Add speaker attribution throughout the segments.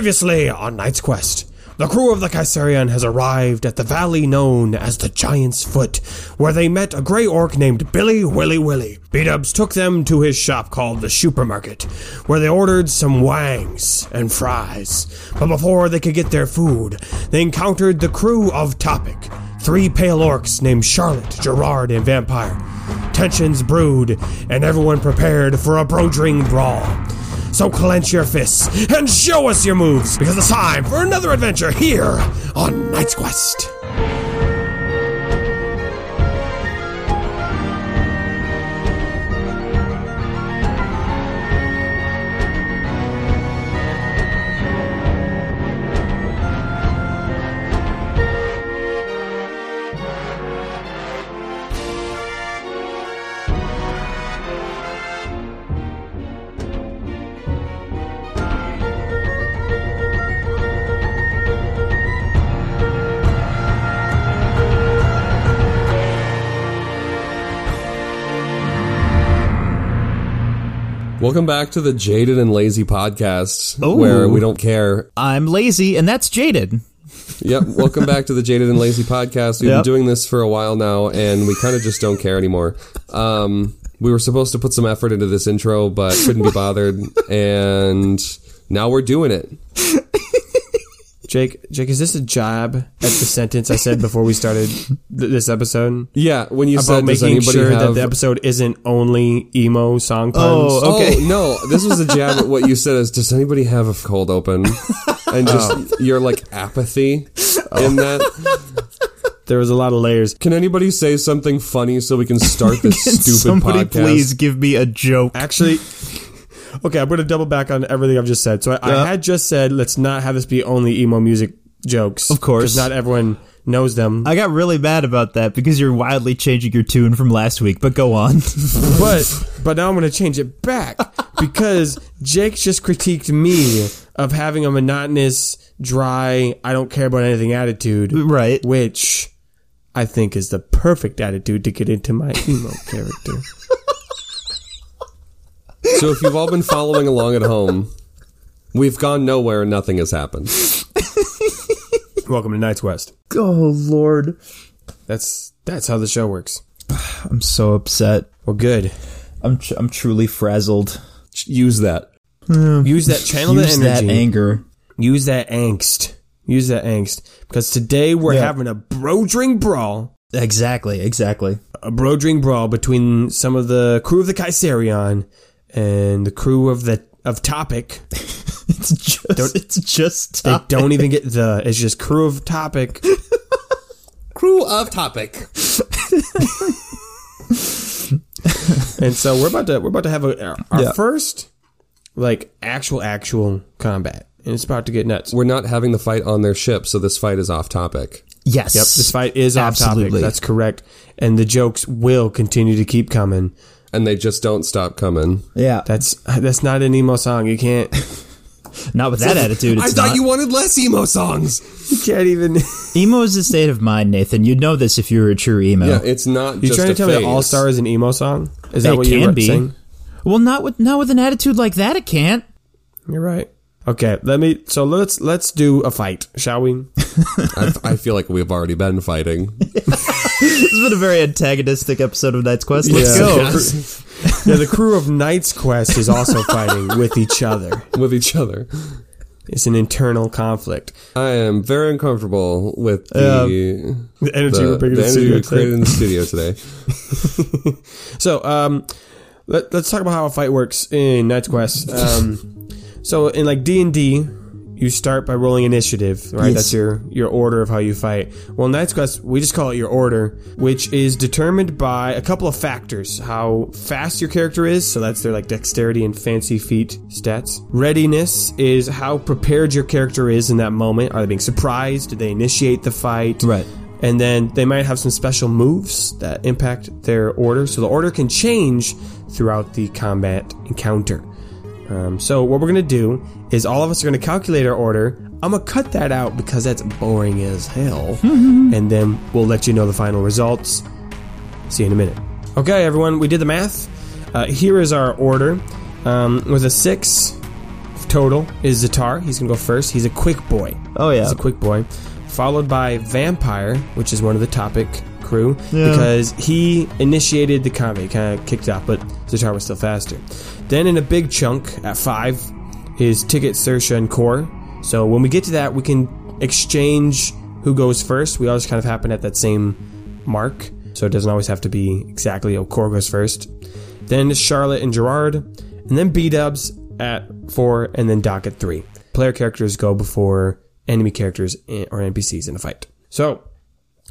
Speaker 1: Previously on Knight's Quest, the crew of the Caesarion has arrived at the valley known as the Giant's Foot, where they met a grey orc named Billy Willy Willy. B-Dubs took them to his shop called the Supermarket, where they ordered some wangs and fries. But before they could get their food, they encountered the crew of Topic, three pale orcs named Charlotte, Gerard, and Vampire. Tensions brewed, and everyone prepared for a brodering brawl. So clench your fists and show us your moves, because it's time for another adventure here on Knight's Quest.
Speaker 2: Welcome back to the Jaded and Lazy podcast,
Speaker 3: Oh.
Speaker 2: where we don't care.
Speaker 3: I'm lazy, and that's jaded.
Speaker 2: Yep, welcome back to the Jaded and Lazy podcast. We've
Speaker 3: Yep.
Speaker 2: been doing this for a while now, and we kind of just don't care anymore. Um, we were supposed to put some effort into this intro, but couldn't be bothered, and now we're doing it.
Speaker 1: Jake, Jake, is this a jab at the sentence I said before we started th- this episode?
Speaker 2: Yeah, when you
Speaker 1: About
Speaker 2: said, "Does
Speaker 1: making
Speaker 2: anybody
Speaker 1: sure that
Speaker 2: have?"
Speaker 1: the episode isn't only emo song puns.
Speaker 3: Oh, Okay.
Speaker 2: Oh no, this was a jab at what you said. Is does anybody have a cold open? And just
Speaker 1: Oh.
Speaker 2: your like apathy in that.
Speaker 1: There was a lot of layers.
Speaker 2: Can anybody say something funny so we can start this
Speaker 3: Can
Speaker 2: stupid
Speaker 3: somebody
Speaker 2: podcast?
Speaker 3: please give me a joke?
Speaker 1: Actually, okay, I'm going to double back on everything I've just said. So I, I had just said, let's not have this be only emo music jokes. Of
Speaker 3: course.
Speaker 1: Because not everyone knows them.
Speaker 3: I got really mad about that because you're wildly changing your tune from last week, but go on.
Speaker 1: but but now I'm going to change it back because Jake just critiqued me of having a monotonous, dry, I don't care about anything attitude,
Speaker 3: right.
Speaker 1: which I think is the perfect attitude to get into my emo character.
Speaker 2: So if you've all been following along at home, we've gone nowhere and nothing has happened.
Speaker 1: Welcome to Night's West.
Speaker 3: Oh, Lord.
Speaker 1: That's that's how the show works.
Speaker 3: I'm so upset.
Speaker 1: Well, good.
Speaker 3: I'm, tr- I'm truly frazzled.
Speaker 2: Use that.
Speaker 1: Use that channel
Speaker 3: Hmm. Use
Speaker 1: the
Speaker 3: that
Speaker 1: energy.
Speaker 3: anger.
Speaker 1: Use that angst. Use that angst because today we're
Speaker 3: Yeah.
Speaker 1: having a brodering brawl
Speaker 3: Exactly, exactly.
Speaker 1: a brodering brawl between some of the crew of the Caesarion and the crew of the of Topic.
Speaker 3: It's just, it's just
Speaker 1: They
Speaker 3: topic.
Speaker 1: don't even get the. It's just crew of Topic.
Speaker 2: Crew of topic.
Speaker 1: And so we're about to we're about to have a, our, our
Speaker 3: Yeah.
Speaker 1: first like actual actual combat, and it's about to get nuts.
Speaker 2: We're not having the fight on their ship, so this fight is off topic.
Speaker 3: Yes.
Speaker 1: Yep, this fight is off
Speaker 3: Absolutely.
Speaker 1: topic. That's correct, and the jokes will continue to keep coming.
Speaker 2: And they just don't stop coming.
Speaker 3: Yeah.
Speaker 1: That's that's not an emo song. You can't
Speaker 3: not with that attitude. It's not.
Speaker 2: wanted less emo songs.
Speaker 1: you can't even.
Speaker 3: emo is a state of mind, Nathan. You'd know this if you were a true emo.
Speaker 2: Yeah, it's not
Speaker 1: You
Speaker 2: just
Speaker 1: trying
Speaker 2: a
Speaker 1: to tell me
Speaker 2: phase.
Speaker 1: that All Star is an emo song? Is that
Speaker 3: It
Speaker 1: what you're
Speaker 3: can be.
Speaker 1: saying?
Speaker 3: Well, not with not with an attitude like that. It can't.
Speaker 1: You're right. Okay, let me. So let's let's do a fight, shall we?
Speaker 2: I, I feel like we've already been fighting.
Speaker 3: This has been a very antagonistic episode of Knight's Quest. Let's
Speaker 1: Yeah.
Speaker 3: go.
Speaker 2: Yes.
Speaker 1: yeah, the crew of Knight's Quest is also fighting with each other.
Speaker 2: with each other.
Speaker 1: It's an internal conflict.
Speaker 2: I am very uncomfortable with the,
Speaker 1: The energy
Speaker 2: the,
Speaker 1: we're bringing
Speaker 2: the
Speaker 1: to
Speaker 2: energy
Speaker 1: the
Speaker 2: we created
Speaker 1: studio
Speaker 2: in the studio today.
Speaker 1: today. So, um, let, let's talk about how a fight works in Knight's Quest. Um, so in like D and D, you start by rolling initiative, right?
Speaker 3: Yes.
Speaker 1: That's your your order of how you fight. Well, in Knight's Quest, we just call it your order, which is determined by a couple of factors: how fast your character is, so that's their like dexterity and fancy feat stats. Readiness is how prepared your character is in that moment. Are they being surprised? Did they initiate the fight?
Speaker 3: Right.
Speaker 1: And then they might have some special moves that impact their order, so the order can change throughout the combat encounter. Um, so what we're gonna do is all of us are gonna calculate our order. I'm gonna cut that out because that's boring as hell. and then we'll let you know the final results. See you in a minute. Okay, everyone, we did the math. Uh, here is our order. Um, with a six total is Zatar. He's going to go first. He's a quick boy.
Speaker 3: Oh, yeah.
Speaker 1: He's a quick boy. Followed by Vampire, which is one of the topic crew,
Speaker 3: Yeah.
Speaker 1: because he initiated the comedy, kind of kicked off, but Zatar was still faster. Then, in a big chunk at five, is Ticket, Sersha, and Core. So when we get to that, we can exchange who goes first. We always kind of happen at that same mark, so it doesn't always have to be exactly, oh, Core goes first then Charlotte and Gerard, and then B Dubs at four, and then Doc at three. Player characters go before enemy characters in- or NPCs in a fight. So,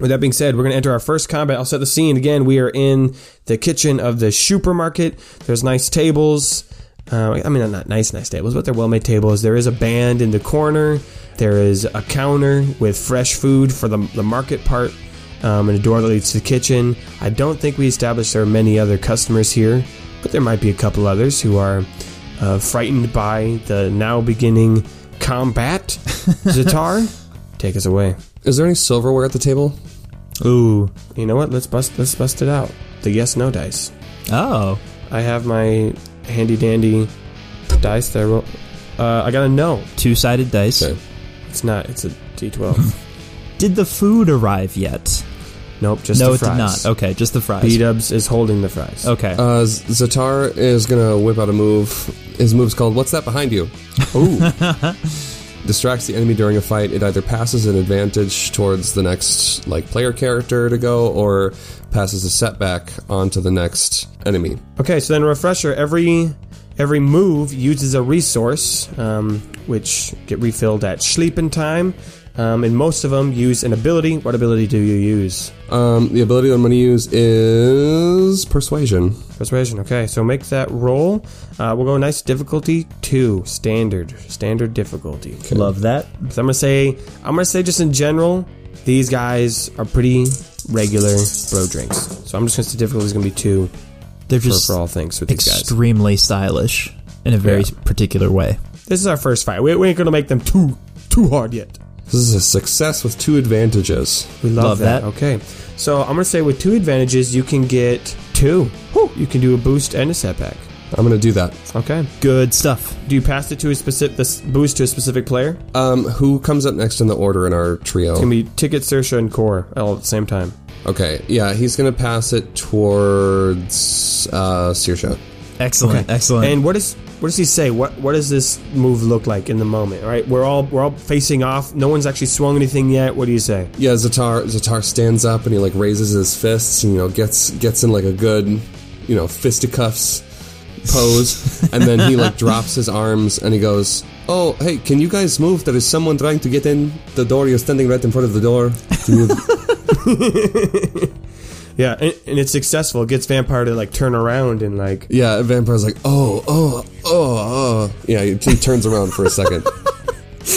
Speaker 1: with that being said, we're going to enter our first combat. I'll set the scene again. We are in the kitchen of the supermarket. There's nice tables. Uh, I mean, not nice, nice tables, but they're well made tables. There is a band in the corner. There is a counter with fresh food for the, the market part um, and a door that leads to the kitchen. I don't think we established there are many other customers here, but there might be a couple others who are uh, frightened by the now beginning combat. Zatar, take us away.
Speaker 2: Is there any silverware at the table?
Speaker 1: Ooh, you know what? Let's bust. Let's bust it out. The yes no dice.
Speaker 3: Oh.
Speaker 1: I have my handy dandy dice that I roll. Uh, I got a no.
Speaker 3: Two sided dice.
Speaker 2: Okay.
Speaker 1: It's not. It's a d12.
Speaker 3: Did the food arrive yet?
Speaker 1: nope. Just
Speaker 3: no,
Speaker 1: the
Speaker 3: it did
Speaker 1: fries.
Speaker 3: not. Okay, just the fries.
Speaker 1: B Dubs is holding the fries.
Speaker 3: Okay.
Speaker 2: Uh, Z- Zatar is gonna whip out a move. His move's called "What's that behind you?"
Speaker 1: Ooh.
Speaker 2: Distracts the enemy during a fight. It either passes an advantage towards the next like player character to go, or passes a setback onto the next enemy.
Speaker 1: Okay, so then refresher. Every every move uses a resource, um, which get refilled at sleeping time, um, and most of them use an ability. What ability do you use?
Speaker 2: Um, the ability that I'm gonna use is persuasion.
Speaker 1: Persuasion. Okay, so make that roll. Uh, we'll go nice difficulty two, standard, standard difficulty.
Speaker 3: Love that.
Speaker 1: So I'm gonna say I'm gonna say just in general, these guys are pretty regular bro drinks. So I'm just gonna say difficulty is gonna be two
Speaker 3: They're
Speaker 1: for,
Speaker 3: just
Speaker 1: for all things with these guys.
Speaker 3: extremely stylish in a very
Speaker 1: Yeah.
Speaker 3: particular way.
Speaker 1: This is our first fight. We, we ain't gonna make them too too hard yet.
Speaker 2: This is a success with two advantages.
Speaker 1: We love,
Speaker 3: Love
Speaker 1: that.
Speaker 3: that.
Speaker 1: Okay. So I'm going to say with two advantages, you can get two. You can do a boost and a setback.
Speaker 2: I'm gonna do that.
Speaker 1: Okay.
Speaker 3: Good stuff.
Speaker 1: Do you pass it to a specific this boost to a specific player?
Speaker 2: Um, who comes up next in the order in our trio?
Speaker 1: Can be ticket, Sersha, and Core all at the same time.
Speaker 2: Okay, yeah, he's gonna pass it towards uh, Sirsha.
Speaker 3: Excellent. Excellent.
Speaker 1: And what does what does he say? What what does this move look like in the moment? Right? We're all we're all facing off. No one's actually swung anything yet. What do you say?
Speaker 2: Yeah, Zatar Zatar stands up and he like raises his fists and you know gets gets in like a good you know fisticuffs pose, and then he like drops his arms and he goes, "Oh, hey, can you guys move? There is someone trying to get in the door. You're standing right in front of the door." Can you-
Speaker 1: Yeah, and, and it's successful. It gets vampire to like turn around and like
Speaker 2: yeah, Vampire's like, "Oh, oh, oh, oh." Yeah, he, he turns around for a second.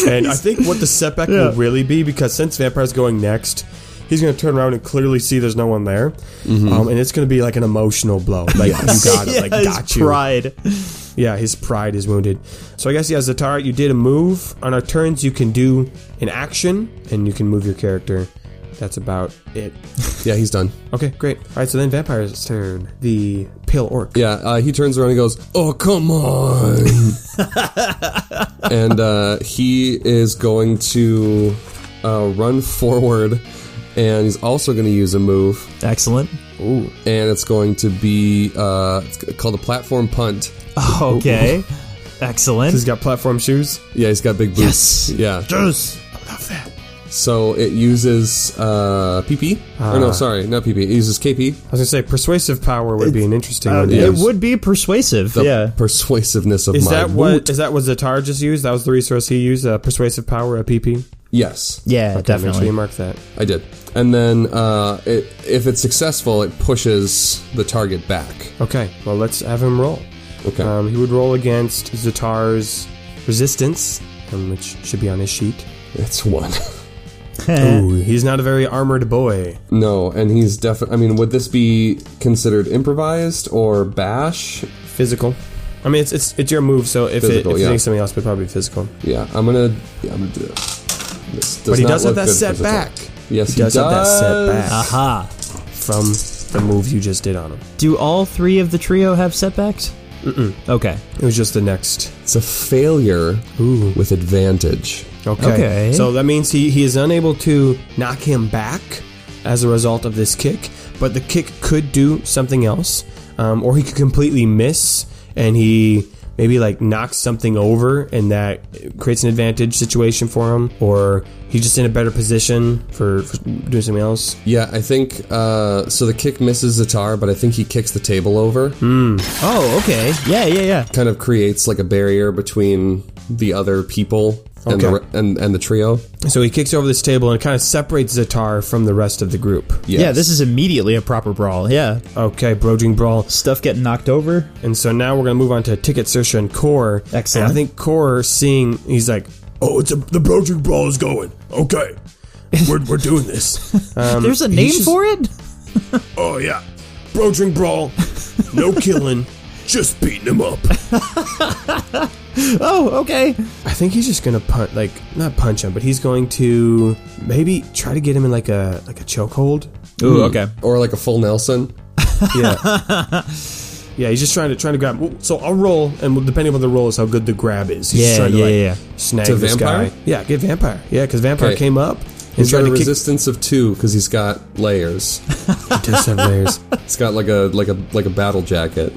Speaker 1: And I think what the setback will really be because since Vampire's going next, he's going to turn around and clearly see there's no one there, um, and it's going to be like an emotional blow. Like you got it, like
Speaker 3: Yes,
Speaker 1: got you.
Speaker 3: pride.
Speaker 1: Yeah, his pride is wounded. So I guess yeah, Zatara, you did a move. On our turns, you can do an action, and you can move your character. That's about it.
Speaker 2: Yeah, he's done.
Speaker 1: Okay, great. All right, so then Vampire's turn. The pale orc.
Speaker 2: Yeah, uh, he turns around and goes, "Oh, come on!" and uh, he is going to uh, run forward, and he's also going to use a move,
Speaker 3: Excellent.
Speaker 2: and it's going to be uh, it's called a platform punt.
Speaker 3: Okay.
Speaker 1: He's
Speaker 3: Excellent.
Speaker 1: got platform shoes.
Speaker 2: Yeah, he's got big boots.
Speaker 3: Yes.
Speaker 2: Yeah,
Speaker 3: Juice.
Speaker 2: so it uses uh, PP. or no, sorry, not PP. It uses
Speaker 1: I
Speaker 2: KP.
Speaker 1: was gonna say persuasive power would be an interesting one. to
Speaker 2: yeah.
Speaker 1: use.
Speaker 3: uh, It would be persuasive.
Speaker 2: The
Speaker 3: yeah.
Speaker 2: persuasiveness of
Speaker 1: Is
Speaker 2: my
Speaker 1: that what
Speaker 2: woot.
Speaker 1: is that what Zatar just used? That was the resource he used, uh, persuasive power, a PP.
Speaker 2: Yes.
Speaker 3: Yeah,
Speaker 1: Okay, Make sure
Speaker 3: definitely.
Speaker 1: you mark that.
Speaker 2: I did. And then uh, it, if it's successful, it pushes the target back.
Speaker 1: Okay, well let's have him roll.
Speaker 2: Okay.
Speaker 1: Um, he would roll against Zatar's resistance, um, which should be on his sheet.
Speaker 2: it's one.
Speaker 1: Ooh, Eh, he's not a very armored boy.
Speaker 2: no, and he's definitely. I mean, would this be considered improvised or bash?
Speaker 1: Physical. I mean, it's it's, it's your move, so if
Speaker 2: Physical,
Speaker 1: it, if
Speaker 2: yeah.
Speaker 1: you think something else, but probably physical.
Speaker 2: Yeah, I'm gonna. Yeah, I'm gonna do this. This does
Speaker 1: But he
Speaker 2: not
Speaker 1: does have
Speaker 2: look
Speaker 1: that
Speaker 2: good for Zatar.
Speaker 1: setback
Speaker 2: Yes, he,
Speaker 1: does have that setback.
Speaker 3: Aha.
Speaker 1: from the move you just did on him.
Speaker 3: Do all three of the trio have setbacks? Okay.
Speaker 1: It was just the next.
Speaker 2: It's a failure with advantage.
Speaker 1: Okay.
Speaker 3: Okay.
Speaker 1: So that means he, he is unable to knock him back as a result of this kick, but the kick could do something else, um, or he could completely miss and he maybe like knocks something over and that creates an advantage situation for him, or he's just in a better position for, for doing something else.
Speaker 2: Yeah, I think uh, so. The kick misses Zatar, but I think he kicks the table over.
Speaker 3: Oh, okay. Yeah, yeah, yeah.
Speaker 2: Kind of creates like a barrier between the other people and the
Speaker 1: Okay.
Speaker 2: re- and and the trio.
Speaker 1: So he kicks over this table and kind of separates Zatar from the rest of the group.
Speaker 2: Yes.
Speaker 3: Yeah, this is immediately a proper brawl. Yeah.
Speaker 1: Okay, Brojing Brawl.
Speaker 3: Stuff getting knocked over.
Speaker 1: And so now we're gonna move on to Ticket Searcher and Core.
Speaker 3: Excellent.
Speaker 1: And I think Core seeing he's like, oh, it's a, the Brojing Brawl is going. Okay, we're, we're doing this. Um,
Speaker 3: There's a
Speaker 1: he's
Speaker 3: name
Speaker 1: just-
Speaker 3: for it?
Speaker 1: Oh yeah, Brojing Brawl, no killing, just beating him up.
Speaker 3: Oh, okay.
Speaker 1: I think he's just gonna punch, like not punch him, but he's going to maybe try to get him in like a like a chokehold.
Speaker 3: Ooh, okay.
Speaker 2: Hmm. or like a full Nelson.
Speaker 1: Yeah. Yeah, he's just trying to trying to grab. him. So I'll roll, and depending on the roll is how good the grab is. He's just
Speaker 3: Yeah,
Speaker 1: trying to
Speaker 3: yeah,
Speaker 1: like
Speaker 3: yeah.
Speaker 1: snag
Speaker 2: To
Speaker 1: this
Speaker 2: vampire?
Speaker 1: guy. Yeah, get vampire. Yeah, because vampire
Speaker 2: Okay.
Speaker 1: came up and
Speaker 2: He's got
Speaker 1: tried to
Speaker 2: a
Speaker 1: kick.
Speaker 2: resistance of two because he's got layers.
Speaker 1: He does have layers.
Speaker 2: It's got like a like a like a battle jacket.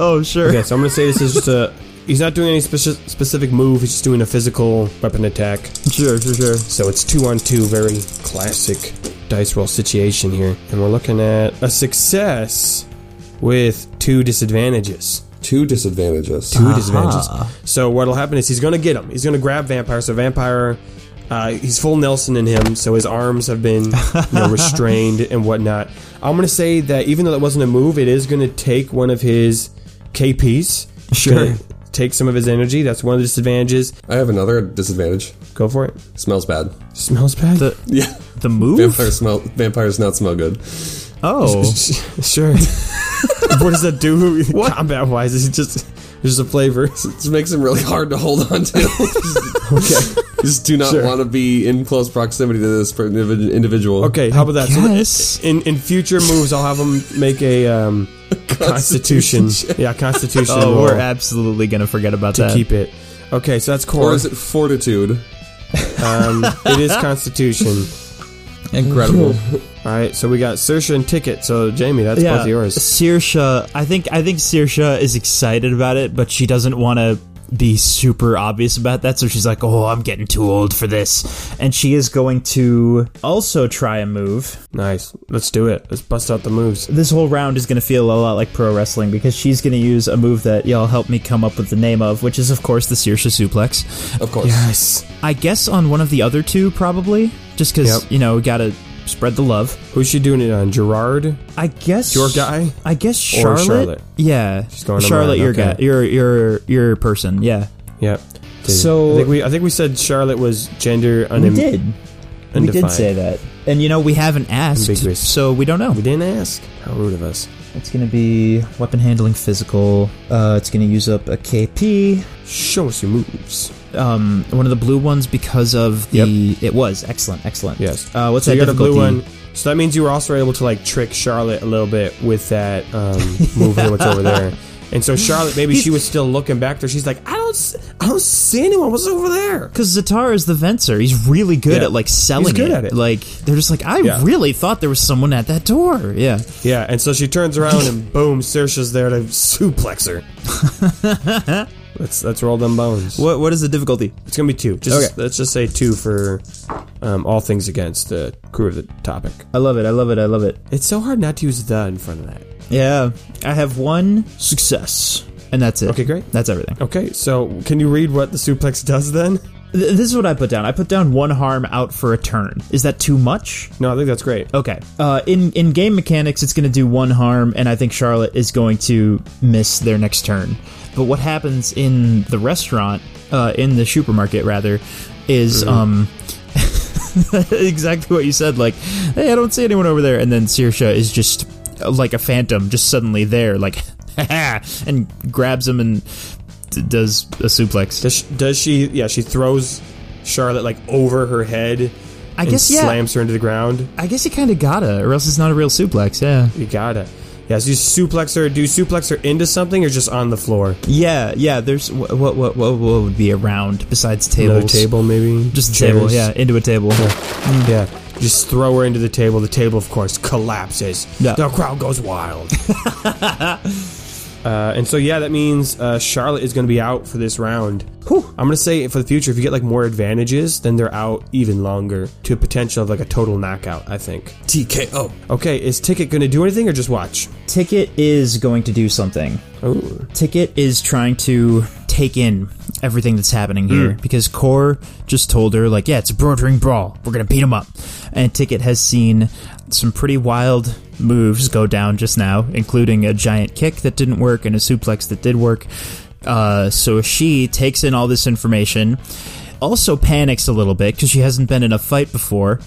Speaker 3: Oh, sure.
Speaker 1: Okay, so I'm gonna say this is just a. He's not doing any speci- specific move. He's just doing a physical weapon attack.
Speaker 3: Sure, sure, sure.
Speaker 1: So it's two on two, very classic dice roll situation here, and we're looking at a success with two disadvantages.
Speaker 2: Two disadvantages.
Speaker 1: two disadvantages.
Speaker 3: Uh-huh.
Speaker 1: So what'll happen is he's gonna get him. He's gonna grab vampire. So vampire, uh, he's full Nelson in him. So his arms have been you know, restrained and whatnot. I'm gonna say that even though that wasn't a move, it is gonna take one of his KPs. It's
Speaker 3: Sure.
Speaker 1: gonna Take some of his energy. That's one of the disadvantages.
Speaker 2: I have another disadvantage.
Speaker 1: Go for it.
Speaker 2: Smells bad.
Speaker 1: Smells bad.
Speaker 3: The
Speaker 2: Yeah.
Speaker 3: the move?
Speaker 2: Vampire smell. Vampires not smell good.
Speaker 3: Oh.
Speaker 1: sure. what does that do combat wise? Is it just there's a flavor?
Speaker 2: This makes them really hard to hold on to.
Speaker 1: Okay.
Speaker 2: Just do not
Speaker 1: Sure.
Speaker 2: want to be in close proximity to this per- individ- individual.
Speaker 1: Okay, how about that?
Speaker 3: guess.
Speaker 1: So th- in in future moves, I'll have them make a um, constitution. Yeah, constitution.
Speaker 3: Oh, we're
Speaker 1: roll
Speaker 3: absolutely gonna forget about
Speaker 1: to
Speaker 3: that.
Speaker 1: keep it. Okay, so that's core.
Speaker 2: Or is it fortitude?
Speaker 1: um, it is constitution.
Speaker 2: Incredible.
Speaker 1: All right, so we got Sersha and Ticket. So Jamie, that's
Speaker 3: yeah,
Speaker 1: both yours.
Speaker 3: Saoirse- I think I think Saoirse is excited about it, but she doesn't want to be super obvious about that. So she's like, "Oh, I'm getting too old for this," and she is going to also try a move.
Speaker 1: Nice. Let's do it. Let's bust out the moves.
Speaker 3: This whole round is going to feel a lot like pro wrestling because she's going to use a move that y'all helped me come up with the name of, which is of course the Saoirse suplex.
Speaker 2: Of course.
Speaker 1: Yes.
Speaker 3: I guess on one of the other two, probably just because
Speaker 1: Yep.
Speaker 3: you know got to spread the love.
Speaker 1: Who's she doing it on? Gerard.
Speaker 3: I guess
Speaker 1: Your guy?
Speaker 3: I guess Charlotte.
Speaker 1: Charlotte?
Speaker 3: Yeah,
Speaker 1: She's going to
Speaker 3: Charlotte,
Speaker 1: mine,
Speaker 3: your
Speaker 1: okay.
Speaker 3: guy, your your your person. Yeah,
Speaker 1: Yep.
Speaker 3: So-
Speaker 1: I think we I think we said Charlotte was gender
Speaker 3: we
Speaker 1: unim-
Speaker 3: did. We did
Speaker 1: undefined.
Speaker 3: say that, and you know we haven't asked,
Speaker 1: Ambiguous.
Speaker 3: so we don't know.
Speaker 1: We didn't ask. How rude of us.
Speaker 3: It's gonna be weapon handling, physical. Uh, it's gonna use up a KP.
Speaker 1: Show us your moves.
Speaker 3: Um, one of the blue ones because of the. It was excellent, excellent.
Speaker 1: Yes.
Speaker 3: Uh, what's
Speaker 1: So
Speaker 3: that
Speaker 1: you got a
Speaker 3: difficulty?
Speaker 1: blue one. So that means you were also able to like trick Charlotte a little bit with that um, move and what's over there. And so Charlotte, maybe she was still looking back there. She's like, I don't, s- I don't see anyone. What's over there?
Speaker 3: Because Zatar is the fencer. He's really good
Speaker 1: Yeah.
Speaker 3: at like
Speaker 1: He's
Speaker 3: selling
Speaker 1: good at it.
Speaker 3: Like they're just like, I
Speaker 1: Yeah.
Speaker 3: really thought there was someone at that door. Yeah.
Speaker 1: Yeah. And so she turns around and boom, Sersha's there to suplex her. let's let's roll them bones.
Speaker 3: What What is the difficulty?
Speaker 1: It's gonna be two. Just,
Speaker 3: Okay.
Speaker 1: Let's just say two for um, all things against the crew of the topic.
Speaker 3: I love it. I love it. I love it.
Speaker 1: It's so hard not to use the in front of that.
Speaker 3: Yeah, I have one success, and that's it.
Speaker 1: Okay, great.
Speaker 3: That's everything.
Speaker 1: Okay. So can you read what the suplex does then?
Speaker 3: Th- this is what I put down. I put down one harm out for a turn. Is that too much?
Speaker 1: No, I think that's great.
Speaker 3: Okay. Uh, in in game mechanics, it's going to do one harm, and I think Charlotte is going to miss their next turn. But what happens in the restaurant, uh, in the supermarket rather, is um. exactly what you said. Like, hey, I don't see anyone over there, and then Sirsha is just uh, like a phantom, just suddenly there, like, and grabs him and d- does a suplex.
Speaker 1: Does she, does she? Yeah, she throws Charlotte like over her head.
Speaker 3: I guess
Speaker 1: and
Speaker 3: yeah.
Speaker 1: Slams her into the ground.
Speaker 3: I guess you kind of gotta, or else it's not a real suplex. Yeah.
Speaker 1: You gotta. Yeah, so you suplex her. Do you suplex her into something or just on the floor?
Speaker 3: Yeah, yeah. There's what what what what would be around besides tables?
Speaker 2: Another table, maybe.
Speaker 3: Just a
Speaker 2: Chairs.
Speaker 3: table. Yeah, Mm. into a table.
Speaker 1: Yeah. Just throw her into the table. The table, of course, collapses.
Speaker 3: Yeah.
Speaker 1: The crowd goes wild. uh, and so, yeah, that means uh, Charlotte is going to be out for this round. I'm going to say for the future, if you get like more advantages, then they're out even longer to a potential of like a total knockout, I think.
Speaker 2: TKO.
Speaker 1: Okay, is Ticket going to do anything or just watch?
Speaker 3: Ticket is going to do something.
Speaker 1: Oh.
Speaker 3: Ticket is trying to take in everything that's happening here
Speaker 1: Mm.
Speaker 3: because Core just told her, like, yeah, it's a bordering brawl. We're going to beat him up. And Ticket has seen some pretty wild moves go down just now, including a giant kick that didn't work and a suplex that did work. Uh, so she takes in all this information, also panics a little bit because she hasn't been in a fight before.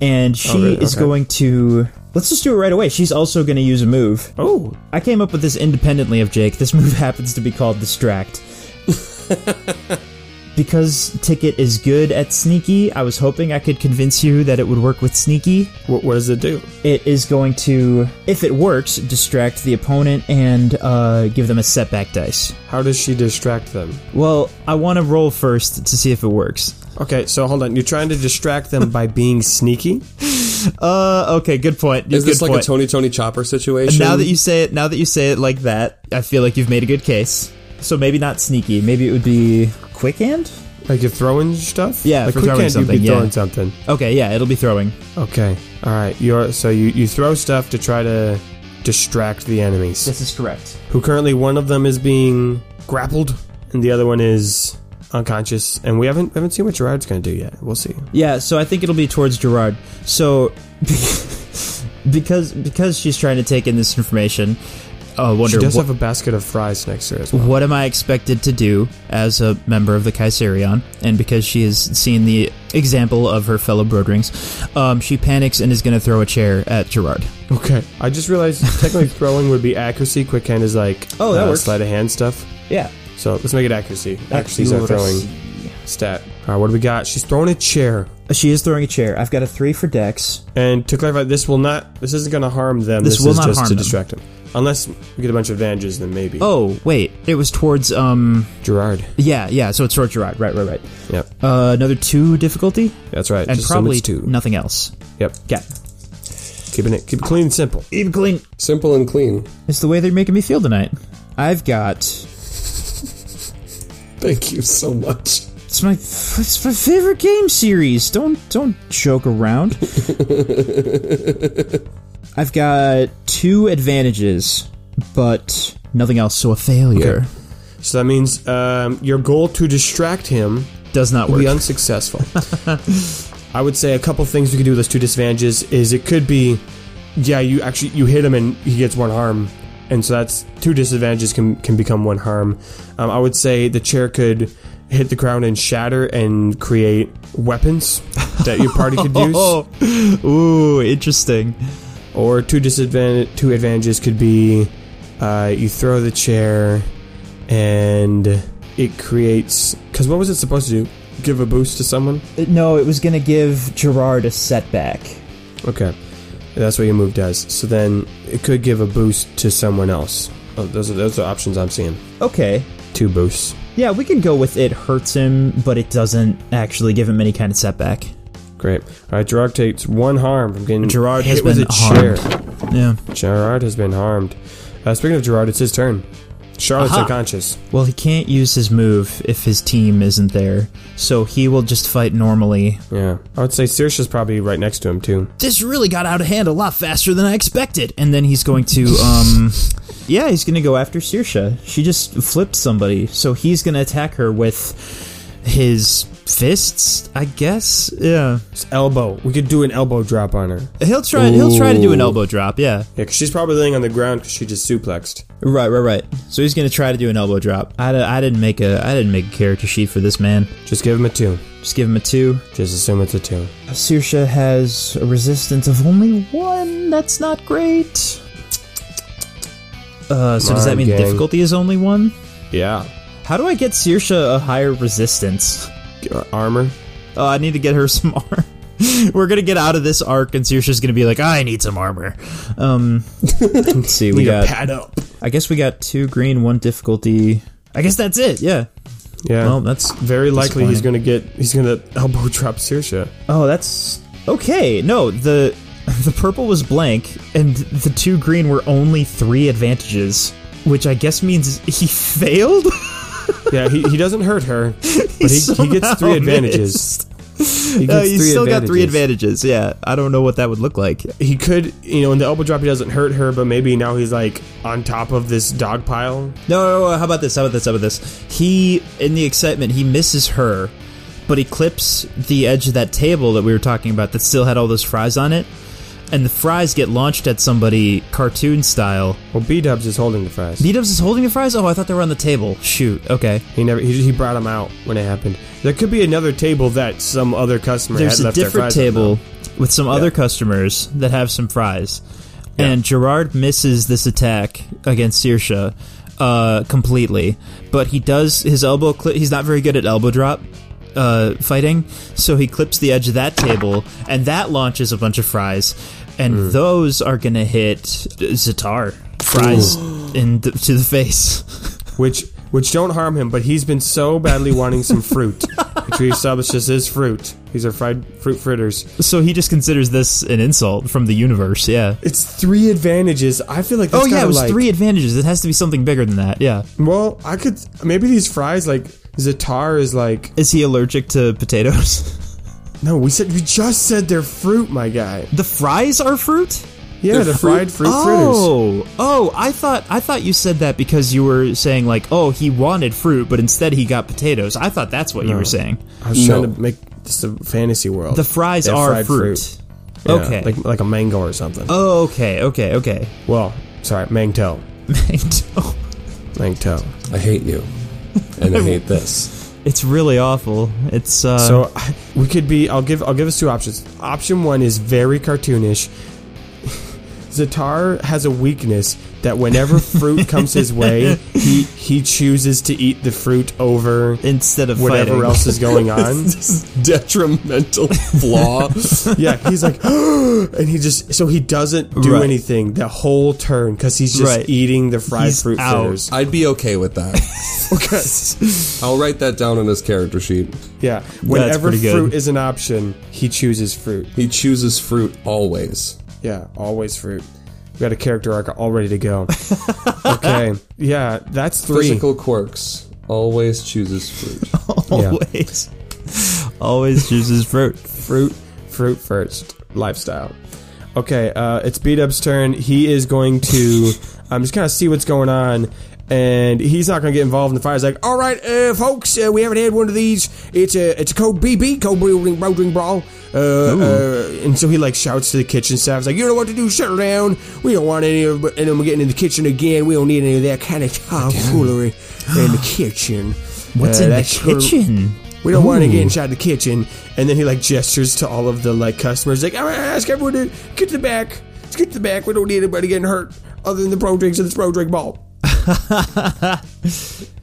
Speaker 3: And she
Speaker 1: Oh, really?
Speaker 3: is
Speaker 1: Okay.
Speaker 3: going to. Let's just do it right away. She's also going to use a move.
Speaker 1: Oh.
Speaker 3: I came up with this independently of Jake. This move happens to be called Distract. because Ticket is good at Sneaky, I was hoping I could convince you that it would work with Sneaky.
Speaker 1: What, what does it do?
Speaker 3: It is going to, if it works, distract the opponent and uh, give them a setback dice.
Speaker 1: How does she distract them?
Speaker 3: Well, I want to roll first to see if it works.
Speaker 1: Okay, so hold on. You're trying to distract them by being sneaky?
Speaker 3: Uh, okay, good point.
Speaker 2: Is this
Speaker 3: Good
Speaker 2: like
Speaker 3: point.
Speaker 2: a Tony Tony Chopper situation?
Speaker 3: Now that you say it, now that you say it like that, I feel like you've made a good case. So maybe not sneaky. Maybe it would be quick hand.
Speaker 1: Like you're throwing stuff?
Speaker 3: Yeah,
Speaker 1: like
Speaker 3: for
Speaker 1: quick
Speaker 3: throwing
Speaker 1: hand,
Speaker 3: something,
Speaker 1: You'd be
Speaker 3: yeah.
Speaker 1: throwing something.
Speaker 3: Okay, yeah, it'll be throwing.
Speaker 1: Okay. All right. You're so you you throw stuff to try to distract the enemies.
Speaker 3: This is correct.
Speaker 1: Who currently one of them is being grappled and the other one is unconscious and we haven't haven't seen what Gerard's going to do yet. We'll see.
Speaker 3: Yeah, so I think it'll be towards Gerard. So because because she's trying to take in this information, uh,
Speaker 1: She
Speaker 3: wonder
Speaker 1: does
Speaker 3: wha-
Speaker 1: have a basket of fries next to her as well.
Speaker 3: what am I expected to do as a member of the Kaiserion? And because she has seen the example of her fellow Broderings, um, she panics and is going to throw a chair at Gerard.
Speaker 1: Okay. I just realized technically throwing would be accuracy. Quick hand is like
Speaker 3: Oh, that
Speaker 1: uh,
Speaker 3: works.
Speaker 1: sleight of hand stuff.
Speaker 3: Yeah,
Speaker 1: So let's make it accuracy. Accuracy's our throwing stat. All right. What do we got? She's throwing a chair.
Speaker 3: uh, She is throwing a chair. I've got a three for Dex.
Speaker 1: And to clarify, this will not. This isn't going to harm them.
Speaker 3: This
Speaker 1: This,
Speaker 3: will
Speaker 1: is
Speaker 3: not
Speaker 1: just
Speaker 3: harm
Speaker 1: to
Speaker 3: them.
Speaker 1: distract them. Unless we get a bunch of advantages, then maybe.
Speaker 3: Oh wait, it was towards um
Speaker 1: Gerard.
Speaker 3: yeah yeah. So it's towards Gerard. Right right right.
Speaker 1: Yep,
Speaker 3: Uh, another two difficulty.
Speaker 1: that's right.
Speaker 3: and
Speaker 1: Just
Speaker 3: probably
Speaker 1: limits two.
Speaker 3: nothing else.
Speaker 1: Yep,
Speaker 3: Yeah.
Speaker 1: keeping it keep it clean and simple.
Speaker 3: Even clean.
Speaker 2: Simple and clean.
Speaker 3: It's the way they're making me feel tonight. I've got.
Speaker 2: Thank you so much.
Speaker 3: It's my it's my favorite game series. Don't don't joke around. I've got two advantages, but nothing else. So a failure
Speaker 1: So that means um, your goal to distract him
Speaker 3: does not
Speaker 1: will
Speaker 3: work.
Speaker 1: be unsuccessful. I would say a couple things you could do with those two disadvantages is it could be, yeah, you actually you hit him and he gets one harm, and so that's two disadvantages can can become one harm. Um, I would say the chair could hit the ground and shatter and create weapons that your party could use.
Speaker 3: oh, ooh, interesting.
Speaker 1: Or two disadvantage, two advantages could be uh, you throw the chair and it creates. Because what was it supposed to do? Give a boost to someone?
Speaker 3: Uh, No, it was gonna give Gerard a setback.
Speaker 1: Okay. That's what your move does. So then it could give a boost to someone else. Oh, those are those are options I'm seeing.
Speaker 3: Okay,
Speaker 1: Two boosts.
Speaker 3: yeah, we can go with it hurts him, but it doesn't actually give him any kind of setback.
Speaker 1: Great. All right, Gerard takes one harm from getting
Speaker 3: Gerard
Speaker 1: hit
Speaker 3: has
Speaker 1: with
Speaker 3: been
Speaker 1: a
Speaker 3: harmed.
Speaker 1: chair.
Speaker 3: Yeah.
Speaker 1: Gerard has been harmed. Uh, speaking of Gerard, it's his turn. Charlotte's
Speaker 3: Aha.
Speaker 1: unconscious.
Speaker 3: Well, he can't use his move if his team isn't there, so he will just fight normally.
Speaker 1: Yeah, I would say Saoirse's probably right next to him too.
Speaker 3: This really got out of hand a lot faster than I expected. And then he's going to, um, yeah, he's going to go after Sirsha. She just flipped somebody, so he's going to attack her with his fists, I guess. Yeah,
Speaker 1: It's elbow. We could do an elbow drop on her. Yeah,
Speaker 3: he'll try. He'll try to do an
Speaker 2: Ooh.
Speaker 3: elbow drop. Yeah,
Speaker 1: 'cause she's probably laying on the ground because she just suplexed.
Speaker 3: right, right, right. So he's going to try to do an elbow drop. I, I didn't make a I didn't make a character sheet for this man.
Speaker 1: Just give him a two.
Speaker 3: Just give him a two.
Speaker 1: Just assume it's a two.
Speaker 3: Sirsha has a resistance of only one. That's not great. Uh, so
Speaker 1: Come
Speaker 3: does that
Speaker 1: on,
Speaker 3: mean
Speaker 1: gang.
Speaker 3: difficulty is only one?
Speaker 1: Yeah.
Speaker 3: How do I get Sirsha a higher resistance?
Speaker 1: G- uh, Armor.
Speaker 3: Oh, I need to get her some armor. we're gonna get out of this arc, and Saoirse's gonna be like, "I need some armor." Um, let's see, we
Speaker 1: Need to
Speaker 3: got.
Speaker 1: pad up.
Speaker 3: I guess we got two green, one difficulty. I guess that's it. Yeah.
Speaker 1: Yeah.
Speaker 3: Well, that's
Speaker 1: very likely he's
Speaker 3: disappointing.
Speaker 1: gonna get he's gonna elbow drop Saoirse.
Speaker 3: Oh, that's okay. No, the the purple was blank, and the two green were only three advantages, which I guess means he failed.
Speaker 1: Yeah, he, he doesn't hurt her, but he, he gets three
Speaker 3: somehow
Speaker 1: advantages. He
Speaker 3: Uh,
Speaker 1: gets
Speaker 3: you still got three advantages. Yeah, I don't know what that would look like.
Speaker 1: He could, you know, in the elbow drop, he doesn't hurt her, but maybe now he's like on top of this dog pile.
Speaker 3: No, no, no, how about this? How about this? How about this? He, in the excitement, he misses her, but he clips the edge of that table that we were talking about that still had all those fries on it, and the fries get launched at somebody cartoon style.
Speaker 1: Well, B Dubs is holding the fries.
Speaker 3: B Dubs is holding the fries. Oh, I thought they were on the table. Shoot. Okay.
Speaker 1: He never he, he brought them out when it happened. There could be another table that some other customer
Speaker 3: There's
Speaker 1: had
Speaker 3: a
Speaker 1: left their
Speaker 3: different
Speaker 1: fries on,
Speaker 3: table with some other
Speaker 1: Yeah.
Speaker 3: customers that have some fries, and Gerard misses this attack against Saoirse uh, completely. But he does his elbow. Cli- he's not very good at elbow drop uh, fighting, so he clips the edge of that table, and that launches a bunch of fries, and
Speaker 1: Mm.
Speaker 3: those are gonna hit Zatar fries in th- to the face.
Speaker 1: though. which which don't harm him, but he's been so badly wanting some fruit, which we established this is fruit. These are fried fruit fritters.
Speaker 3: So he just considers this an insult from the universe. Yeah.
Speaker 1: It's three advantages. I feel like that's
Speaker 3: Oh yeah,
Speaker 1: gotta,
Speaker 3: it was
Speaker 1: like,
Speaker 3: three advantages. It has to be something bigger than that. Yeah.
Speaker 1: Well, I could maybe these fries like Zatar is like
Speaker 3: Is he allergic to potatoes?
Speaker 1: no. We said we just said they're fruit, my guy.
Speaker 3: the fries are fruit.
Speaker 1: Yeah,
Speaker 2: They're
Speaker 1: they're,
Speaker 2: fruit?
Speaker 1: fried fruit fritters.
Speaker 3: oh, oh! I thought I thought you said that because you were saying like, oh, he wanted fruit, but instead he got potatoes. I thought that's what you were saying.
Speaker 1: I was trying
Speaker 2: No.
Speaker 1: to make this a fantasy world.
Speaker 3: The fries
Speaker 1: They're
Speaker 3: are
Speaker 1: fried
Speaker 3: fruit.
Speaker 1: Yeah,
Speaker 3: Okay.
Speaker 1: like like a mango or something.
Speaker 3: oh, okay, okay, okay.
Speaker 1: Well, sorry, mangtel,
Speaker 3: Mango.
Speaker 1: mangtel.
Speaker 2: I hate you, and I hate this.
Speaker 3: it's really awful. It's uh,
Speaker 1: So I- we could be. I'll give. I'll give us two options. Option one is very cartoonish. Zatar has a weakness that whenever fruit comes his way, he he chooses to eat the fruit over
Speaker 3: instead of
Speaker 1: whatever
Speaker 3: fighting.
Speaker 1: else is going on.
Speaker 2: This detrimental flaw.
Speaker 1: yeah, he's like, and he just so he doesn't do
Speaker 3: Right.
Speaker 1: anything the whole turn because he's just
Speaker 3: Right.
Speaker 1: eating the fried
Speaker 3: He's
Speaker 1: fruit
Speaker 3: out.
Speaker 1: fritters.
Speaker 2: I'd be okay with that. I'll write that down on his character sheet.
Speaker 1: Yeah, whenever
Speaker 3: pretty good.
Speaker 1: fruit is an option, he chooses fruit.
Speaker 2: He chooses fruit always.
Speaker 1: Yeah, always fruit. We got a character arc all ready to go. okay, yeah, that's three.
Speaker 2: Physical quirks always chooses fruit.
Speaker 3: always, always chooses fruit.
Speaker 1: fruit, fruit first lifestyle. Okay, uh, it's beat up's turn. He is going to um, just kind of see what's going on, and he's not going to get involved in the fire. He's like, "All right, uh, folks, uh, we haven't had one of these. It's a it's a code BB, code building ring brawl." Uh, uh, and so he like shouts to the kitchen staff, he's like, "You know what to do? Shut her down. We don't want any of any of them getting in the kitchen again. We don't need any of that kind of tomfoolery in the kitchen."
Speaker 3: What's
Speaker 1: Uh,
Speaker 3: in the
Speaker 1: that's her-
Speaker 3: kitchen?
Speaker 1: we don't want to get inside the kitchen. And then he like gestures to all of the like customers, like, I'm gonna ask everyone to get to the back. Let's get to the back. We don't need anybody getting hurt other than the pro drinks and this pro drink ball.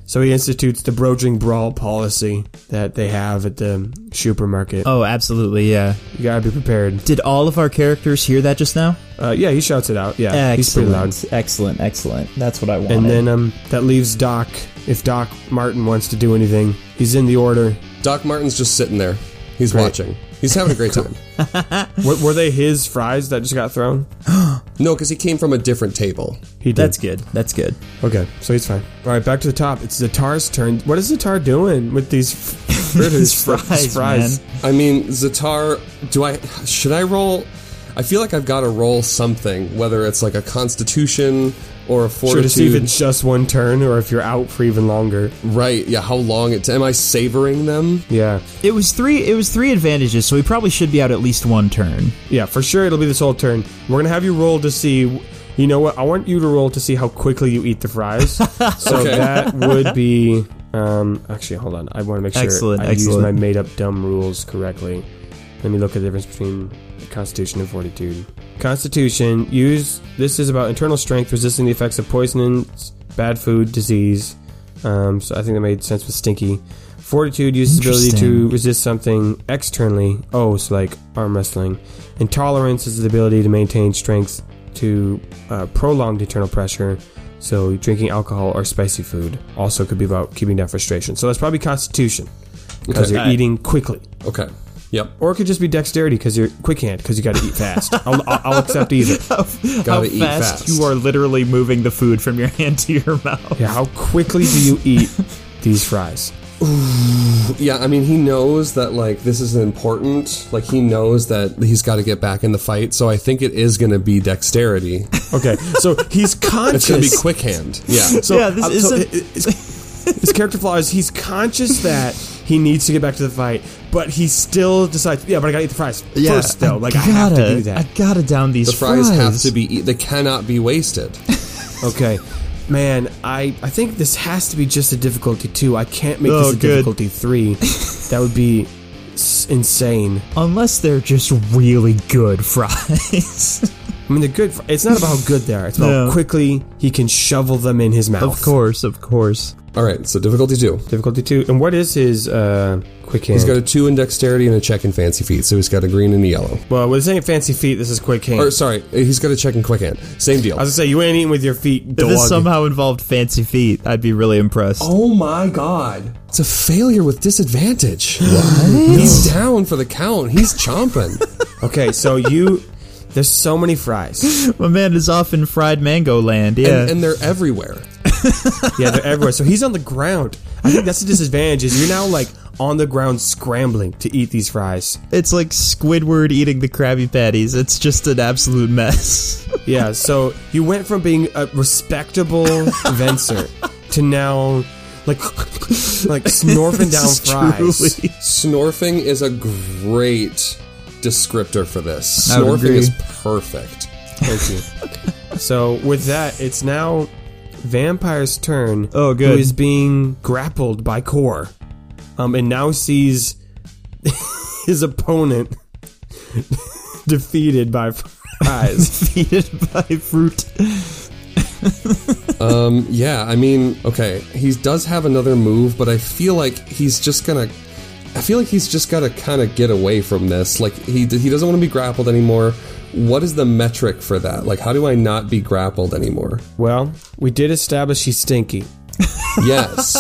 Speaker 1: so he institutes the bro drink brawl policy that they have at the supermarket.
Speaker 3: Oh, absolutely, yeah.
Speaker 1: You gotta be prepared.
Speaker 3: Did all of our characters hear that just now?
Speaker 1: Uh, yeah, he shouts it out. Yeah, he's pretty loud.
Speaker 3: Excellent, excellent. That's what I wanted.
Speaker 1: And then
Speaker 2: uh,
Speaker 1: um, that leaves Doc. If Doc Martin wants to do anything, he's in the order.
Speaker 2: Doc Martin's just sitting there. He's
Speaker 1: Great.
Speaker 2: watching. He's having a great time.
Speaker 1: Were, were they his fries that just got thrown?
Speaker 2: No, because he came from a different table.
Speaker 1: He did.
Speaker 3: that's good. That's good.
Speaker 1: Okay, so he's fine. All right, back to the top. It's Zatar's turn. What is Zatar doing with these f- fritters?
Speaker 3: These fries,
Speaker 2: I mean, Zatar, do I should I roll? I feel like I've got to roll something, whether it's like a Constitution or a
Speaker 1: Sure, to see if
Speaker 2: Fortitude.
Speaker 1: it's just one turn or if you're out for even longer.
Speaker 2: right? Yeah. How long it? Am I savoring them?
Speaker 1: Yeah,
Speaker 3: It was three. It was three advantages, so we probably should be out at least one turn.
Speaker 1: yeah, for sure it'll be this whole turn. We're gonna have you roll to see. You know what? I want you to roll to see how quickly you eat the fries. So
Speaker 2: Okay.
Speaker 1: that would be. Um, actually, hold on. I want to make sure
Speaker 3: Excellent,
Speaker 1: I use
Speaker 3: excellent.
Speaker 1: my made up dumb rules correctly. Let me look at the difference between Constitution and Fortitude. Constitution use this is about internal strength, resisting the effects of poisons, bad food, disease. Um, so I think that made sense with Stinky. Fortitude uses ability to
Speaker 3: Interesting.
Speaker 1: resist something externally. Oh, so like arm wrestling. And tolerance is the ability to maintain strength to uh, prolonged internal pressure. So drinking alcohol or spicy food also could be about keeping down frustration. So that's probably Constitution because
Speaker 2: Okay.
Speaker 1: you're eating quickly,
Speaker 2: Okay. Yep.
Speaker 1: or it could just be Dexterity because you're quick hand because you got to eat fast. I'll, I'll, I'll accept either.
Speaker 2: Gotta
Speaker 3: how
Speaker 2: eat
Speaker 3: fast,
Speaker 2: fast.
Speaker 3: you are literally moving the food from your hand to your mouth.
Speaker 1: Yeah, how quickly do you eat these fries?
Speaker 2: Yeah, I mean, he knows that like this is important. Like he knows that he's got to get back in the fight. So I think it is going to be dexterity.
Speaker 1: Okay, so he's
Speaker 2: It's going to
Speaker 1: conscious.
Speaker 2: be quick hand. Yeah.
Speaker 1: So,
Speaker 3: Yeah, this
Speaker 1: uh, so
Speaker 3: isn't-
Speaker 1: i- i- his, his character flaw is he's conscious that he needs to get back to the fight, but he still decides, yeah, but I gotta eat the fries first, though. Like, I, have to do that.
Speaker 3: I gotta down these
Speaker 2: The fries, have to be. eat- They cannot be wasted.
Speaker 1: okay. Man, I, I think this has to be just a difficulty two. I can't make
Speaker 3: Oh,
Speaker 1: this a
Speaker 3: good.
Speaker 1: difficulty three. that would be s- insane.
Speaker 3: unless they're just really good fries.
Speaker 1: I mean, they're good. fr- it's not about how good they are. It's about how
Speaker 3: No.
Speaker 1: quickly he can shovel them in his mouth.
Speaker 3: of course, of course.
Speaker 2: All right. So difficulty two.
Speaker 1: Difficulty two. And what is his uh, quick hand?
Speaker 2: He's got a two in dexterity and a check in fancy feet. So he's got a green and a yellow.
Speaker 1: well, this ain't fancy feet. This is quick hand.
Speaker 2: Or sorry, he's got a check in quick hand. Same deal.
Speaker 1: I was gonna say you ain't eating with your feet,
Speaker 3: If
Speaker 1: dog.
Speaker 3: this somehow involved fancy feet, I'd be really impressed.
Speaker 2: Oh my god. It's a failure with disadvantage. He's down for the count. He's chomping.
Speaker 1: okay, so you, there's so many fries.
Speaker 3: My man is off in fried mango land. Yeah.
Speaker 2: and, and they're everywhere.
Speaker 1: Yeah, they're everywhere. So he's on the ground. I think that's the disadvantage. Is you're now like on the ground scrambling to eat these fries.
Speaker 3: it's like Squidward eating the Krabby Patties. It's just an absolute mess.
Speaker 1: Yeah, so you went from being a respectable vencer to now like like snorfing down
Speaker 3: This is
Speaker 1: fries.
Speaker 3: truly-
Speaker 2: Snorfing is a great descriptor for this.
Speaker 3: I would
Speaker 2: Snorfing is
Speaker 3: agree.
Speaker 2: perfect.
Speaker 1: Thank you. So with that, it's now vampire's turn.
Speaker 3: Oh, good.
Speaker 1: Who is being grappled by Core, um, and now sees his opponent defeated by fries.
Speaker 3: Defeated by fruit.
Speaker 2: Um, yeah, I mean, okay, he does have another move, but I feel like he's just gonna. I feel like he's just gotta kind of get away from this. Like he he doesn't want to be grappled anymore. What is the metric for that? Like, how do I not be grappled anymore?
Speaker 1: well, we did establish he's stinky.
Speaker 2: Yes.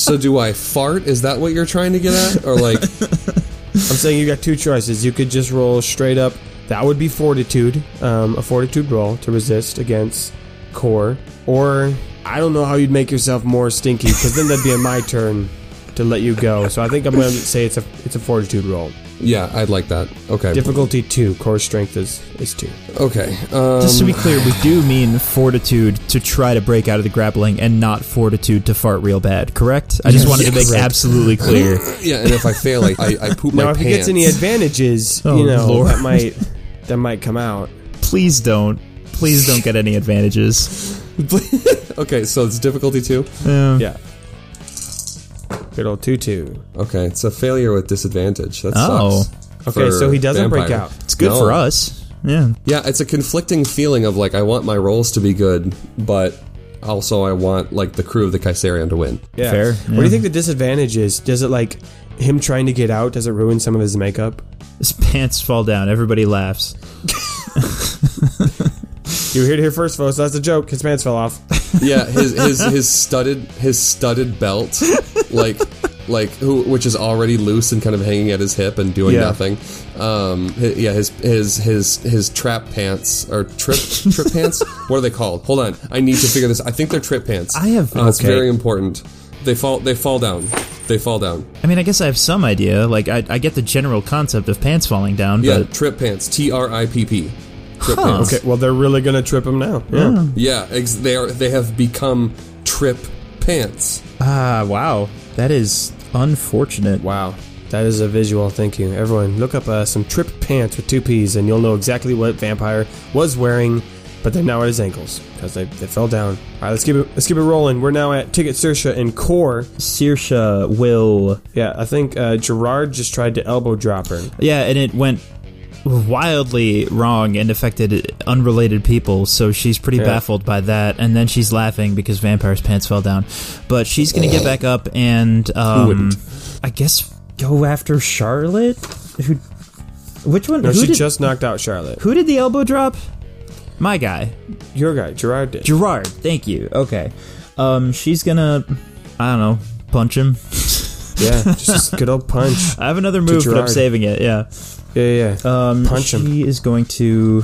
Speaker 2: so do I fart? Is that what you're trying to get at? Or like,
Speaker 1: I'm saying you got two choices. You could just roll straight up. That would be fortitude, um, a fortitude roll to resist against Core, or I don't know how you'd make yourself more stinky because then that'd be my turn to let you go. So I think I'm going to say it's a it's a fortitude roll.
Speaker 2: yeah, I'd like that. Okay.
Speaker 1: Difficulty two. Core strength is is two.
Speaker 2: okay. Um,
Speaker 3: Just to be clear, we do mean fortitude to try to break out of the grappling and not fortitude to fart real bad, correct? I just
Speaker 1: Yes,
Speaker 3: wanted to make
Speaker 1: correct.
Speaker 3: absolutely clear.
Speaker 2: um, yeah, and if I fail, I, I, I poop my
Speaker 1: Now, if
Speaker 2: pants.
Speaker 1: he gets any advantages,
Speaker 3: Oh,
Speaker 1: you know
Speaker 3: Lord.
Speaker 1: that might that might come out.
Speaker 3: Please don't. Please don't get any advantages.
Speaker 2: okay, so it's difficulty two.
Speaker 1: Yeah. Good old two two.
Speaker 2: Okay, it's a failure with disadvantage. That
Speaker 3: Oh.
Speaker 2: sucks.
Speaker 1: Okay,
Speaker 2: for
Speaker 1: so he doesn't break
Speaker 2: vampire.
Speaker 1: out.
Speaker 3: It's good
Speaker 2: No.
Speaker 3: for us. Yeah.
Speaker 2: Yeah, it's a conflicting feeling of like I want my roles to be good, but also I want like the crew of the Kaiserion to win.
Speaker 1: Yeah.
Speaker 3: Fair,
Speaker 1: What do you
Speaker 3: yeah.
Speaker 1: think the disadvantage is? Does it like him trying to get out? Does it ruin some of his makeup?
Speaker 3: His pants fall down. Everybody laughs.
Speaker 1: You were here to hear first, folks. That's a joke. His pants fell off.
Speaker 2: Yeah, his his his studded his studded belt, like like who which is already loose and kind of hanging at his hip and doing
Speaker 1: Yeah.
Speaker 2: nothing. Um, hi- yeah, his his his his trap pants or trip trip pants. What are they called? Hold on, I need to figure this. I think they're trip pants.
Speaker 3: I have-
Speaker 2: Uh, It's
Speaker 3: okay.
Speaker 2: very important. They fall they fall down. They fall down.
Speaker 3: I mean, I guess I have some idea. Like, I, I get the general concept of pants falling down,
Speaker 2: Yeah,
Speaker 3: but
Speaker 2: trip pants. T R I P P. Trip
Speaker 3: Huh.
Speaker 2: pants.
Speaker 1: Okay, well they're really gonna trip him now. Yeah.
Speaker 2: Yeah, ex- they are. They have become trip pants.
Speaker 3: ah, wow, that is unfortunate.
Speaker 1: Wow. That is a visual. Thank you, everyone. Look up uh, some trip pants with two P's, and you'll know exactly what vampire was wearing. But they're now at his ankles because they, they fell down. All right, let's keep it let's keep it rolling. We're now at Ticket Sersha and Core.
Speaker 3: Sirsha will,
Speaker 1: Yeah, I think uh, Gerard just tried to elbow drop her.
Speaker 3: yeah, and it went wildly wrong and affected unrelated people. So she's pretty baffled by that, and then she's laughing because Vampire's pants fell down. But she's gonna get back up and um,
Speaker 2: wouldn't?
Speaker 3: I guess go after Charlotte. Who? Which one?
Speaker 1: No,
Speaker 3: who
Speaker 1: she
Speaker 3: did,
Speaker 1: just knocked out Charlotte.
Speaker 3: who did the elbow drop? My guy.
Speaker 1: Your guy, Gerard did.
Speaker 3: Gerard, thank you. Okay. Um, she's gonna, I don't know, punch him.
Speaker 1: yeah, just good old punch.
Speaker 3: I have another move, but I'm
Speaker 1: Gerard.
Speaker 3: saving it. Yeah.
Speaker 1: Yeah, yeah. yeah.
Speaker 3: Um,
Speaker 1: Punch
Speaker 3: she
Speaker 1: him.
Speaker 3: is going to.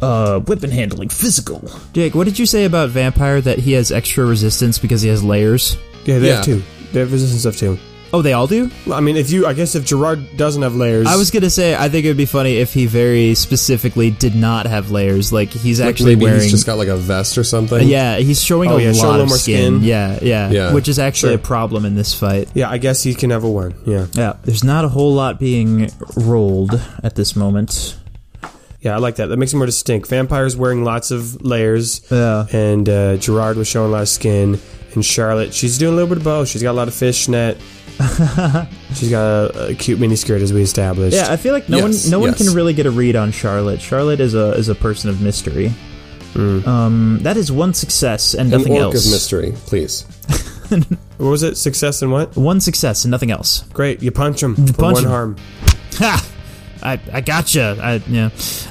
Speaker 3: Uh, whip and handling physical. Jake, what did you say about vampire that he has extra resistance because he has layers?
Speaker 1: yeah, they
Speaker 2: yeah.
Speaker 1: have two. They have resistance of two.
Speaker 3: Oh, they all do.
Speaker 1: Well, I mean, if you, I guess if Gerard doesn't have layers,
Speaker 3: I was gonna say I think it would be funny if he very specifically did not have layers. Like he's actually
Speaker 2: Maybe
Speaker 3: wearing.
Speaker 2: he's just got like a vest or something.
Speaker 3: yeah, he's showing
Speaker 1: Oh,
Speaker 3: a
Speaker 1: yeah,
Speaker 3: lot
Speaker 1: show a
Speaker 3: of
Speaker 1: little more
Speaker 3: skin.
Speaker 1: skin.
Speaker 3: Yeah, yeah,
Speaker 2: Yeah,
Speaker 3: which is actually
Speaker 1: sure.
Speaker 3: a problem in this fight.
Speaker 1: Yeah, I guess he can have a one. Yeah,
Speaker 3: Yeah, there's not a whole lot being rolled at this moment.
Speaker 1: yeah, I like that. That makes him more distinct. Vampires wearing lots of layers,
Speaker 3: Yeah.
Speaker 1: and uh, Gerard was showing a lot of skin. And Charlotte, she's doing a little bit of both. She's got a lot of fishnet. she's got a, a cute miniskirt, as we established.
Speaker 3: Yeah, I feel like no
Speaker 2: Yes,
Speaker 3: one no one
Speaker 2: yes.
Speaker 3: can really get a read on Charlotte. Charlotte is a is a person of mystery. Um, that is one success and
Speaker 2: Mm. An
Speaker 3: nothing
Speaker 2: orc
Speaker 3: else.
Speaker 2: of mystery, please.
Speaker 1: What was it? Success and what?
Speaker 3: One success and nothing else.
Speaker 1: Great. You punch him for
Speaker 3: punch
Speaker 1: one
Speaker 3: him.
Speaker 1: harm.
Speaker 3: Ha! I I gotcha. I yeah,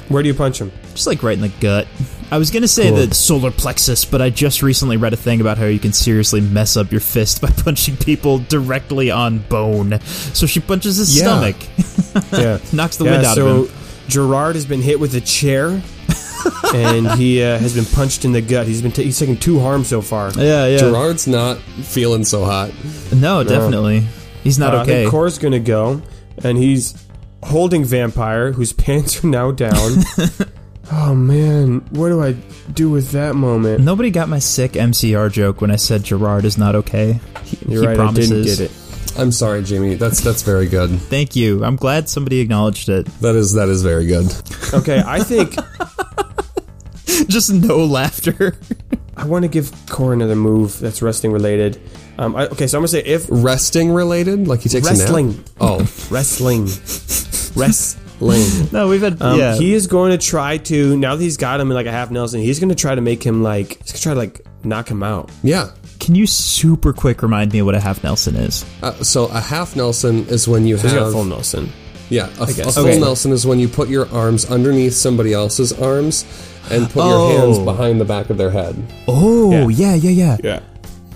Speaker 1: Where do you punch him?
Speaker 3: just like right in the gut. I was gonna say
Speaker 1: Cool.
Speaker 3: the solar plexus, but I just recently read a thing about how you can seriously mess up your fist by punching people directly on bone. So she punches his
Speaker 2: Yeah.
Speaker 3: stomach,
Speaker 1: Yeah,
Speaker 3: knocks the
Speaker 1: yeah.
Speaker 3: wind out
Speaker 1: so
Speaker 3: of him.
Speaker 1: Gerard has been hit with a chair, and he uh, has been punched in the gut. He's been ta he's taken two harm so far.
Speaker 3: Yeah, yeah.
Speaker 2: Gerard's not feeling so hot.
Speaker 3: No, definitely. He's not
Speaker 1: Uh, I
Speaker 3: okay.
Speaker 1: think Core's gonna go, and he's holding Vampire, whose pants are now down. oh man, what do I do with that moment?
Speaker 3: Nobody got my sick MCR joke when I said Gerard is not okay. He,
Speaker 1: You're
Speaker 3: he
Speaker 1: right,
Speaker 3: promises.
Speaker 1: I didn't get it.
Speaker 2: I'm sorry, Jamie. That's that's very good.
Speaker 3: Thank you. I'm glad somebody acknowledged it.
Speaker 2: That is that is very good.
Speaker 1: Okay, I think
Speaker 3: Just no laughter.
Speaker 1: I want to give Core another move that's wrestling related. Um, I, okay, so I'm gonna say if
Speaker 2: Resting related, like he takes a
Speaker 1: Wrestling.
Speaker 2: nap. Oh,
Speaker 1: wrestling, wrestling.
Speaker 3: no, we've had
Speaker 1: Um,
Speaker 3: yeah.
Speaker 1: He is going to try to now that he's got him in like a half Nelson. He's going to try to make him like he's going to try to like knock him out.
Speaker 2: yeah.
Speaker 3: Can you super quick remind me what a half Nelson is?
Speaker 2: Uh, so a half Nelson is when you
Speaker 1: He's got
Speaker 2: have
Speaker 1: full Nelson.
Speaker 2: yeah a, a
Speaker 1: guess.
Speaker 2: full
Speaker 1: Okay.
Speaker 2: Nelson is when you put your arms underneath somebody else's arms and put your hands
Speaker 3: Oh.
Speaker 2: behind the back of their head.
Speaker 3: Oh yeah, yeah, yeah.
Speaker 1: Yeah.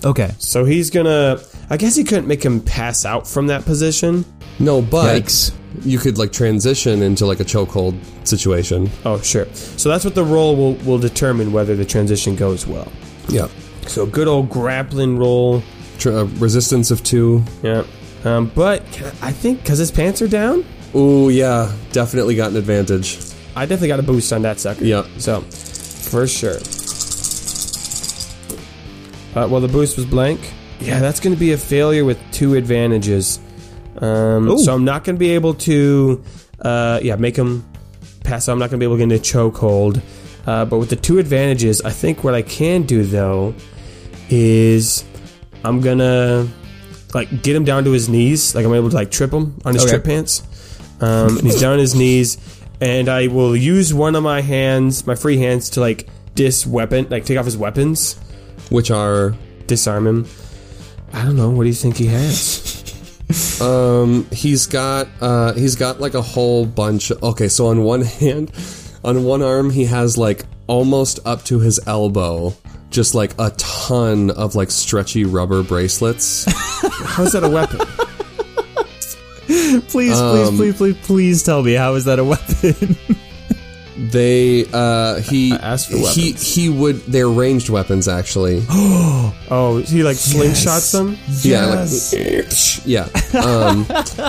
Speaker 3: Okay.
Speaker 1: So he's gonna. I guess he couldn't make him pass out from that position.
Speaker 2: No, but
Speaker 3: Yikes.
Speaker 2: you could like transition into like a chokehold situation.
Speaker 1: Oh, sure. So that's what the roll will will determine whether the transition goes well.
Speaker 2: Yeah,
Speaker 1: So good old grappling roll.
Speaker 2: Tr- uh, resistance of two.
Speaker 1: Yeah. Um, but can I I think because his pants are down,
Speaker 2: Ooh, yeah, definitely got an advantage.
Speaker 1: I definitely got a boost on that sucker.
Speaker 2: Yeah.
Speaker 1: So, for sure. Uh, well, the boost was blank. Yeah, that's going to be a failure with two advantages. Um,
Speaker 3: Ooh.
Speaker 1: so I'm not going to be able to, uh, yeah, make him pass. out. I'm not going to be able to get into chokehold. Uh, but with the two advantages, I think what I can do though is I'm gonna like get him down to his knees. Like I'm able to like trip him on his
Speaker 2: Okay.
Speaker 1: trip pants. Um, and he's down on his knees, and I will use one of my hands, my free hands, to like dis weapon, like take off his weapons,
Speaker 2: which are
Speaker 1: disarm him. I don't know. What do you think he has?
Speaker 2: um he's got uh he's got like a whole bunch okay so on one hand on one arm he has like almost up to his elbow just like a ton of like stretchy rubber bracelets
Speaker 1: How's that a weapon?
Speaker 3: Please, please,
Speaker 1: Um,
Speaker 3: please, please, please tell me how is that a weapon?
Speaker 2: they uh he
Speaker 1: asked for
Speaker 2: he
Speaker 1: weapons.
Speaker 2: he would they're ranged weapons actually
Speaker 1: Oh, he like slingshots them.
Speaker 2: yeah like, yeah um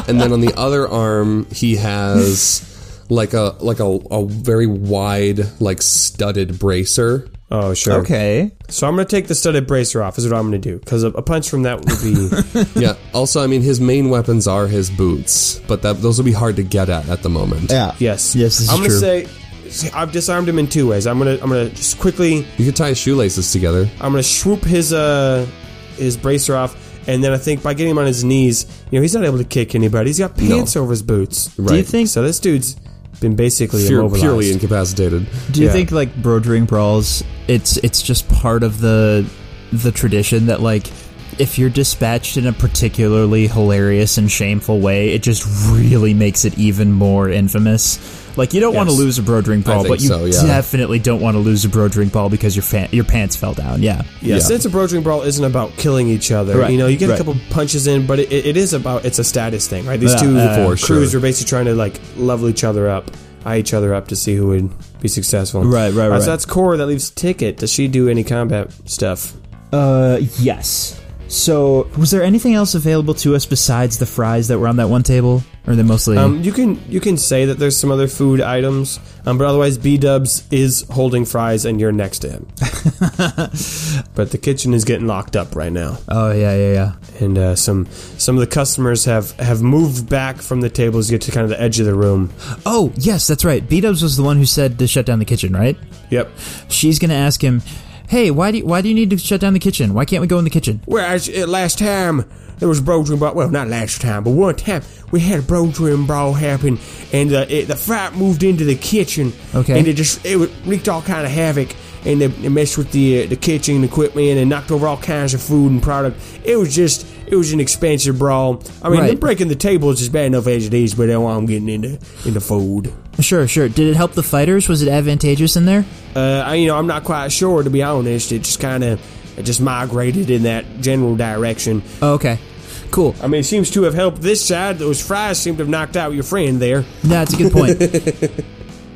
Speaker 2: and then on the other arm he has like a like a, a very wide like studded bracer
Speaker 1: Oh, sure.
Speaker 3: okay.
Speaker 1: So I'm gonna take the studded bracer off. Is what I'm gonna do because a, a punch from that would be.
Speaker 2: Yeah. Also, I mean, his main weapons are his boots, but that those will be hard to get at at the moment.
Speaker 3: Yeah.
Speaker 1: yes.
Speaker 3: Yes, this is
Speaker 1: I'm gonna
Speaker 3: true.
Speaker 1: say. see, I've disarmed him in two ways. I'm gonna I'm gonna just quickly
Speaker 2: You could tie his shoelaces together.
Speaker 1: I'm gonna swoop his uh his bracer off, and then I think by getting him on his knees, you know, he's not able to kick anybody. He's got pants over his boots.
Speaker 2: Right.
Speaker 3: Do you think
Speaker 1: So this dude's been basically
Speaker 2: Pure,
Speaker 1: immobilized.
Speaker 2: purely incapacitated.
Speaker 3: Do you
Speaker 1: Yeah.
Speaker 3: think like brodering brawls? It's it's just part of the the tradition that like if you're dispatched in a particularly hilarious and shameful way, it just really makes it even more infamous. Like you don't want to
Speaker 1: Yes.
Speaker 3: lose a brodering brawl,
Speaker 2: think
Speaker 3: but you
Speaker 2: so, yeah.
Speaker 3: definitely don't want to lose a brodering brawl because your fa- your pants fell down. Yeah,
Speaker 1: Yeah,
Speaker 2: Yeah.
Speaker 1: since a brokering brawl isn't about killing each other,
Speaker 3: Right,
Speaker 1: you know, you get a
Speaker 3: right.
Speaker 1: couple punches in, but it, it is about it's a status thing, right? These
Speaker 3: Yeah,
Speaker 1: two
Speaker 3: yeah, yeah.
Speaker 2: For
Speaker 1: crews
Speaker 2: sure.
Speaker 1: are basically trying to like level each other up, eye each other up to see who would be successful.
Speaker 3: Right, right,
Speaker 1: Uh,
Speaker 3: right.
Speaker 1: So that's core. That leaves Ticket. Does she do any combat stuff?
Speaker 3: Uh, yes. So, was there anything else available to us besides the fries that were on that one table, or they mostly?
Speaker 1: Um, you can you can say that there's some other food items, um, but otherwise B Dubs is holding fries and you're next to him. but the kitchen is getting locked up right now,
Speaker 3: oh yeah, yeah, yeah.
Speaker 1: and uh, some some of the customers have have moved back from the tables to get to kind of the edge of the room.
Speaker 3: Oh yes, that's right. B Dubs was the one who said to shut down the kitchen, right?
Speaker 1: Yep.
Speaker 3: She's gonna ask him, "Hey, why do you, why do you need to shut down the kitchen? Why can't we go in the kitchen?"
Speaker 1: Whereas uh, last time there was brodering brawl. Well, not last time, but one time we had a brodering brawl happen, and uh, it, the frat moved into the kitchen.
Speaker 3: Okay.
Speaker 1: And it just it wreaked all kind of havoc, and they, they messed with the uh, the kitchen equipment and knocked over all kinds of food and product. It was just it was an expensive brawl. I mean,
Speaker 3: Right.
Speaker 1: them breaking the tables is bad enough as it is, but now I'm getting into into food.
Speaker 3: Sure, sure. Did it help the fighters? Was it advantageous in there?
Speaker 1: Uh, I, you know, I'm not quite sure to be honest. It just kind of it just migrated in that general direction.
Speaker 3: Oh, okay, cool.
Speaker 1: I mean, it seems to have helped this side. Those fries seem to have knocked out your friend there.
Speaker 3: Nah, it's a good point.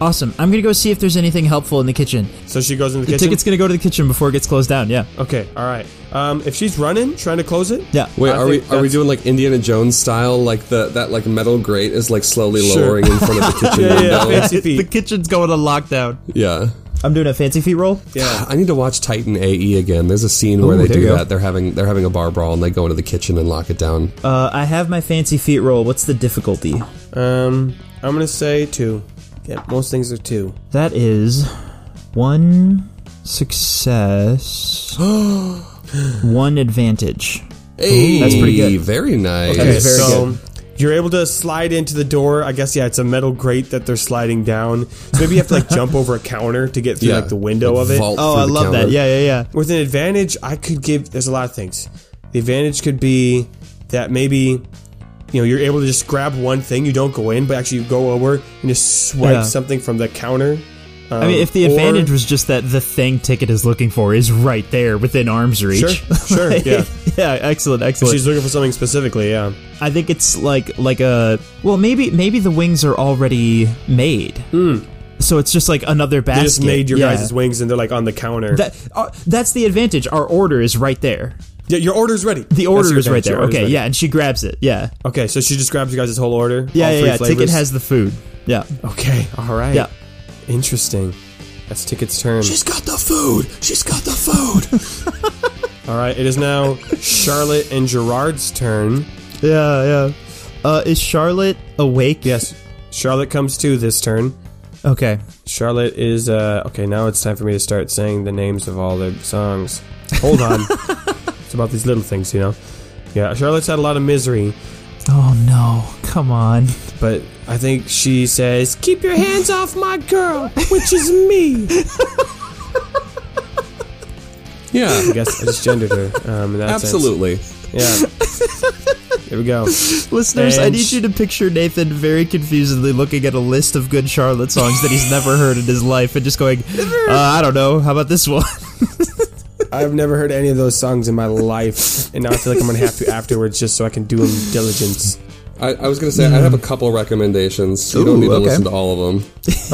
Speaker 3: awesome. I'm gonna go see if there's anything helpful in the kitchen.
Speaker 1: So she goes in the
Speaker 3: The
Speaker 1: kitchen.
Speaker 3: ticket's gonna go to the kitchen before it gets closed down. Yeah,
Speaker 1: okay, all right. Um, if she's running, trying to close it.
Speaker 3: yeah.
Speaker 2: Wait,
Speaker 1: I
Speaker 2: are we
Speaker 1: think
Speaker 2: are we
Speaker 1: that's-
Speaker 2: doing like Indiana Jones style? Like the that like metal grate is like slowly
Speaker 1: Sure.
Speaker 2: lowering in front of the kitchen
Speaker 1: Yeah, yeah,
Speaker 2: window. Yeah,
Speaker 1: fancy feet.
Speaker 3: kitchen's going to lockdown. I'm doing a fancy feet roll.
Speaker 1: Yeah.
Speaker 2: I need to watch Titan AE again. There's a scene where
Speaker 3: Ooh,
Speaker 2: they
Speaker 3: there you
Speaker 2: do
Speaker 3: go.
Speaker 2: that. They're having they're having a bar brawl and they go into the kitchen and lock it down.
Speaker 3: Uh, I have my fancy feet roll. What's the difficulty?
Speaker 1: Um, I'm gonna say two. Yeah, most things are two.
Speaker 3: That is one success, one advantage.
Speaker 2: Hey,
Speaker 3: that's pretty good.
Speaker 2: Very nice.
Speaker 3: Okay, That's very
Speaker 1: so you're able to slide into the door. I guess yeah, it's a metal grate that they're sliding down. So maybe you have to like jump over a counter to get through
Speaker 2: Yeah.
Speaker 1: like the window
Speaker 2: Like
Speaker 1: of it.
Speaker 2: vault
Speaker 3: Oh,
Speaker 2: through the counter.
Speaker 3: yeah, yeah.
Speaker 1: With an advantage, I could give. There's a lot of things. The advantage could be that maybe you know you're able to just grab one thing. You don't go in, but actually you go over and just swipe
Speaker 3: Yeah.
Speaker 1: something from the counter.
Speaker 3: I mean,
Speaker 1: Um,
Speaker 3: if the
Speaker 1: or-
Speaker 3: advantage was just that the thing Ticket is looking for is right there within arm's reach.
Speaker 1: sure, sure, yeah.
Speaker 3: yeah, excellent,
Speaker 1: If
Speaker 3: excellent.
Speaker 1: she's looking for something specifically, yeah.
Speaker 3: I think it's like like a well, maybe maybe the wings are already made, so it's just like another basket.
Speaker 1: Hmm. They just made your
Speaker 3: yeah.
Speaker 1: guys' wings, and they're like on the counter.
Speaker 3: That, uh, that's the advantage. Our order is right there.
Speaker 1: yeah, your order's ready.
Speaker 3: The order is right there. Okay,
Speaker 1: yeah.
Speaker 3: yeah, and she grabs it. Yeah,
Speaker 1: Okay, so she just grabs you guys' whole order.
Speaker 3: yeah,
Speaker 1: all
Speaker 3: yeah.
Speaker 1: three
Speaker 3: yeah. Ticket
Speaker 1: flavors?
Speaker 3: has the food. Yeah,
Speaker 1: Okay, all right.
Speaker 3: yeah.
Speaker 1: Interesting. That's Ticket's turn.
Speaker 2: She's got the food. She's got the food.
Speaker 1: all right, it is now Charlotte and Gerard's turn.
Speaker 3: Yeah, yeah. Uh, is Charlotte awake?
Speaker 1: Yes. Charlotte comes to this turn.
Speaker 3: Okay.
Speaker 1: Charlotte is uh okay, now it's time for me to start saying the names of all the songs. Hold on. it's about these little things, you know. Yeah, Charlotte's had a lot of misery,
Speaker 3: Oh no! Come on.
Speaker 1: but I think she says, "Keep your hands off my girl, which is me."
Speaker 2: yeah,
Speaker 1: I guess I just gendered her. Um, in that sense.
Speaker 2: absolutely.
Speaker 1: Yeah. There we go.
Speaker 3: Listeners, I
Speaker 1: And
Speaker 3: need
Speaker 1: sh-
Speaker 3: you to picture Nathan very confusedly looking at a list of good Charlotte songs that he's never heard in his life and just going, uh, I don't know, how about this one?
Speaker 1: I've never heard any of those songs in my life, and now I feel like I'm gonna have to afterwards just so I can do them diligence.
Speaker 2: I, I was gonna say I have a couple recommendations. You don't
Speaker 3: Ooh,
Speaker 2: need to
Speaker 3: okay.
Speaker 2: listen to all of them.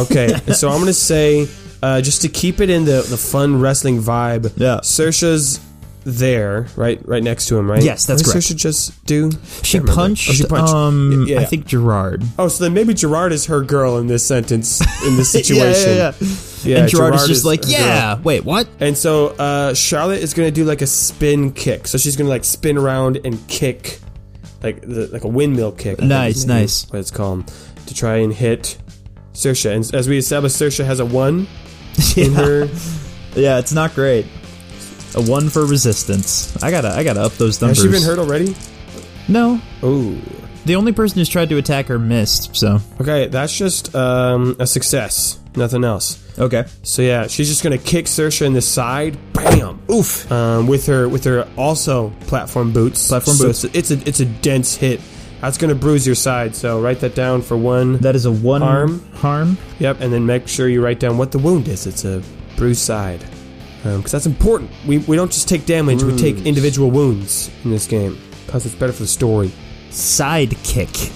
Speaker 1: Okay, so I'm gonna say uh, just to keep it in the, the fun wrestling vibe.
Speaker 3: Yeah.
Speaker 1: Sersha's there, right, right next to him, right?
Speaker 3: Yes, that's
Speaker 1: what did
Speaker 3: correct.
Speaker 1: Sersha just do.
Speaker 3: She
Speaker 1: Can't remember.
Speaker 3: punched,
Speaker 1: Oh, she punched.
Speaker 3: um,
Speaker 1: Yeah, yeah.
Speaker 3: I think Gerard.
Speaker 1: Oh, so then maybe Gerard is her girl in this sentence, in this situation.
Speaker 3: Yeah, yeah, yeah.
Speaker 1: Yeah,
Speaker 3: and Gerard, is just like,
Speaker 1: her girl.
Speaker 3: yeah, wait, what?
Speaker 1: And so uh, Charlotte is gonna do like a spin kick. So she's gonna like spin around and kick, like the, like a windmill kick. I think
Speaker 3: Nice,
Speaker 1: is maybe
Speaker 3: nice.
Speaker 1: What it's called to try and hit Sersha. And as we established, Sersha has a one in
Speaker 3: Yeah.
Speaker 1: her.
Speaker 3: yeah, it's not great. A one for resistance. I gotta, I gotta up those
Speaker 1: Has
Speaker 3: numbers.
Speaker 1: she been hurt already?
Speaker 3: No,
Speaker 1: Oh,
Speaker 3: The only person who's tried to attack her missed, so.
Speaker 1: Okay, that's just um, a success. Nothing else.
Speaker 3: Okay.
Speaker 1: So yeah, she's just gonna kick Sersha in the side, bam, oof, um, with her with her also platform boots.
Speaker 3: Platform
Speaker 1: So
Speaker 3: boots.
Speaker 1: It's, it's a it's a dense hit. That's gonna bruise your side. So write that down for one.
Speaker 3: That is a one
Speaker 1: Harm.
Speaker 3: Harm.
Speaker 1: Yep, and then make sure you write down what the wound is. It's a bruised side. Because that's important. We, we don't just take damage, we take individual wounds in this game. Plus, it's better for the story.
Speaker 3: Sidekick.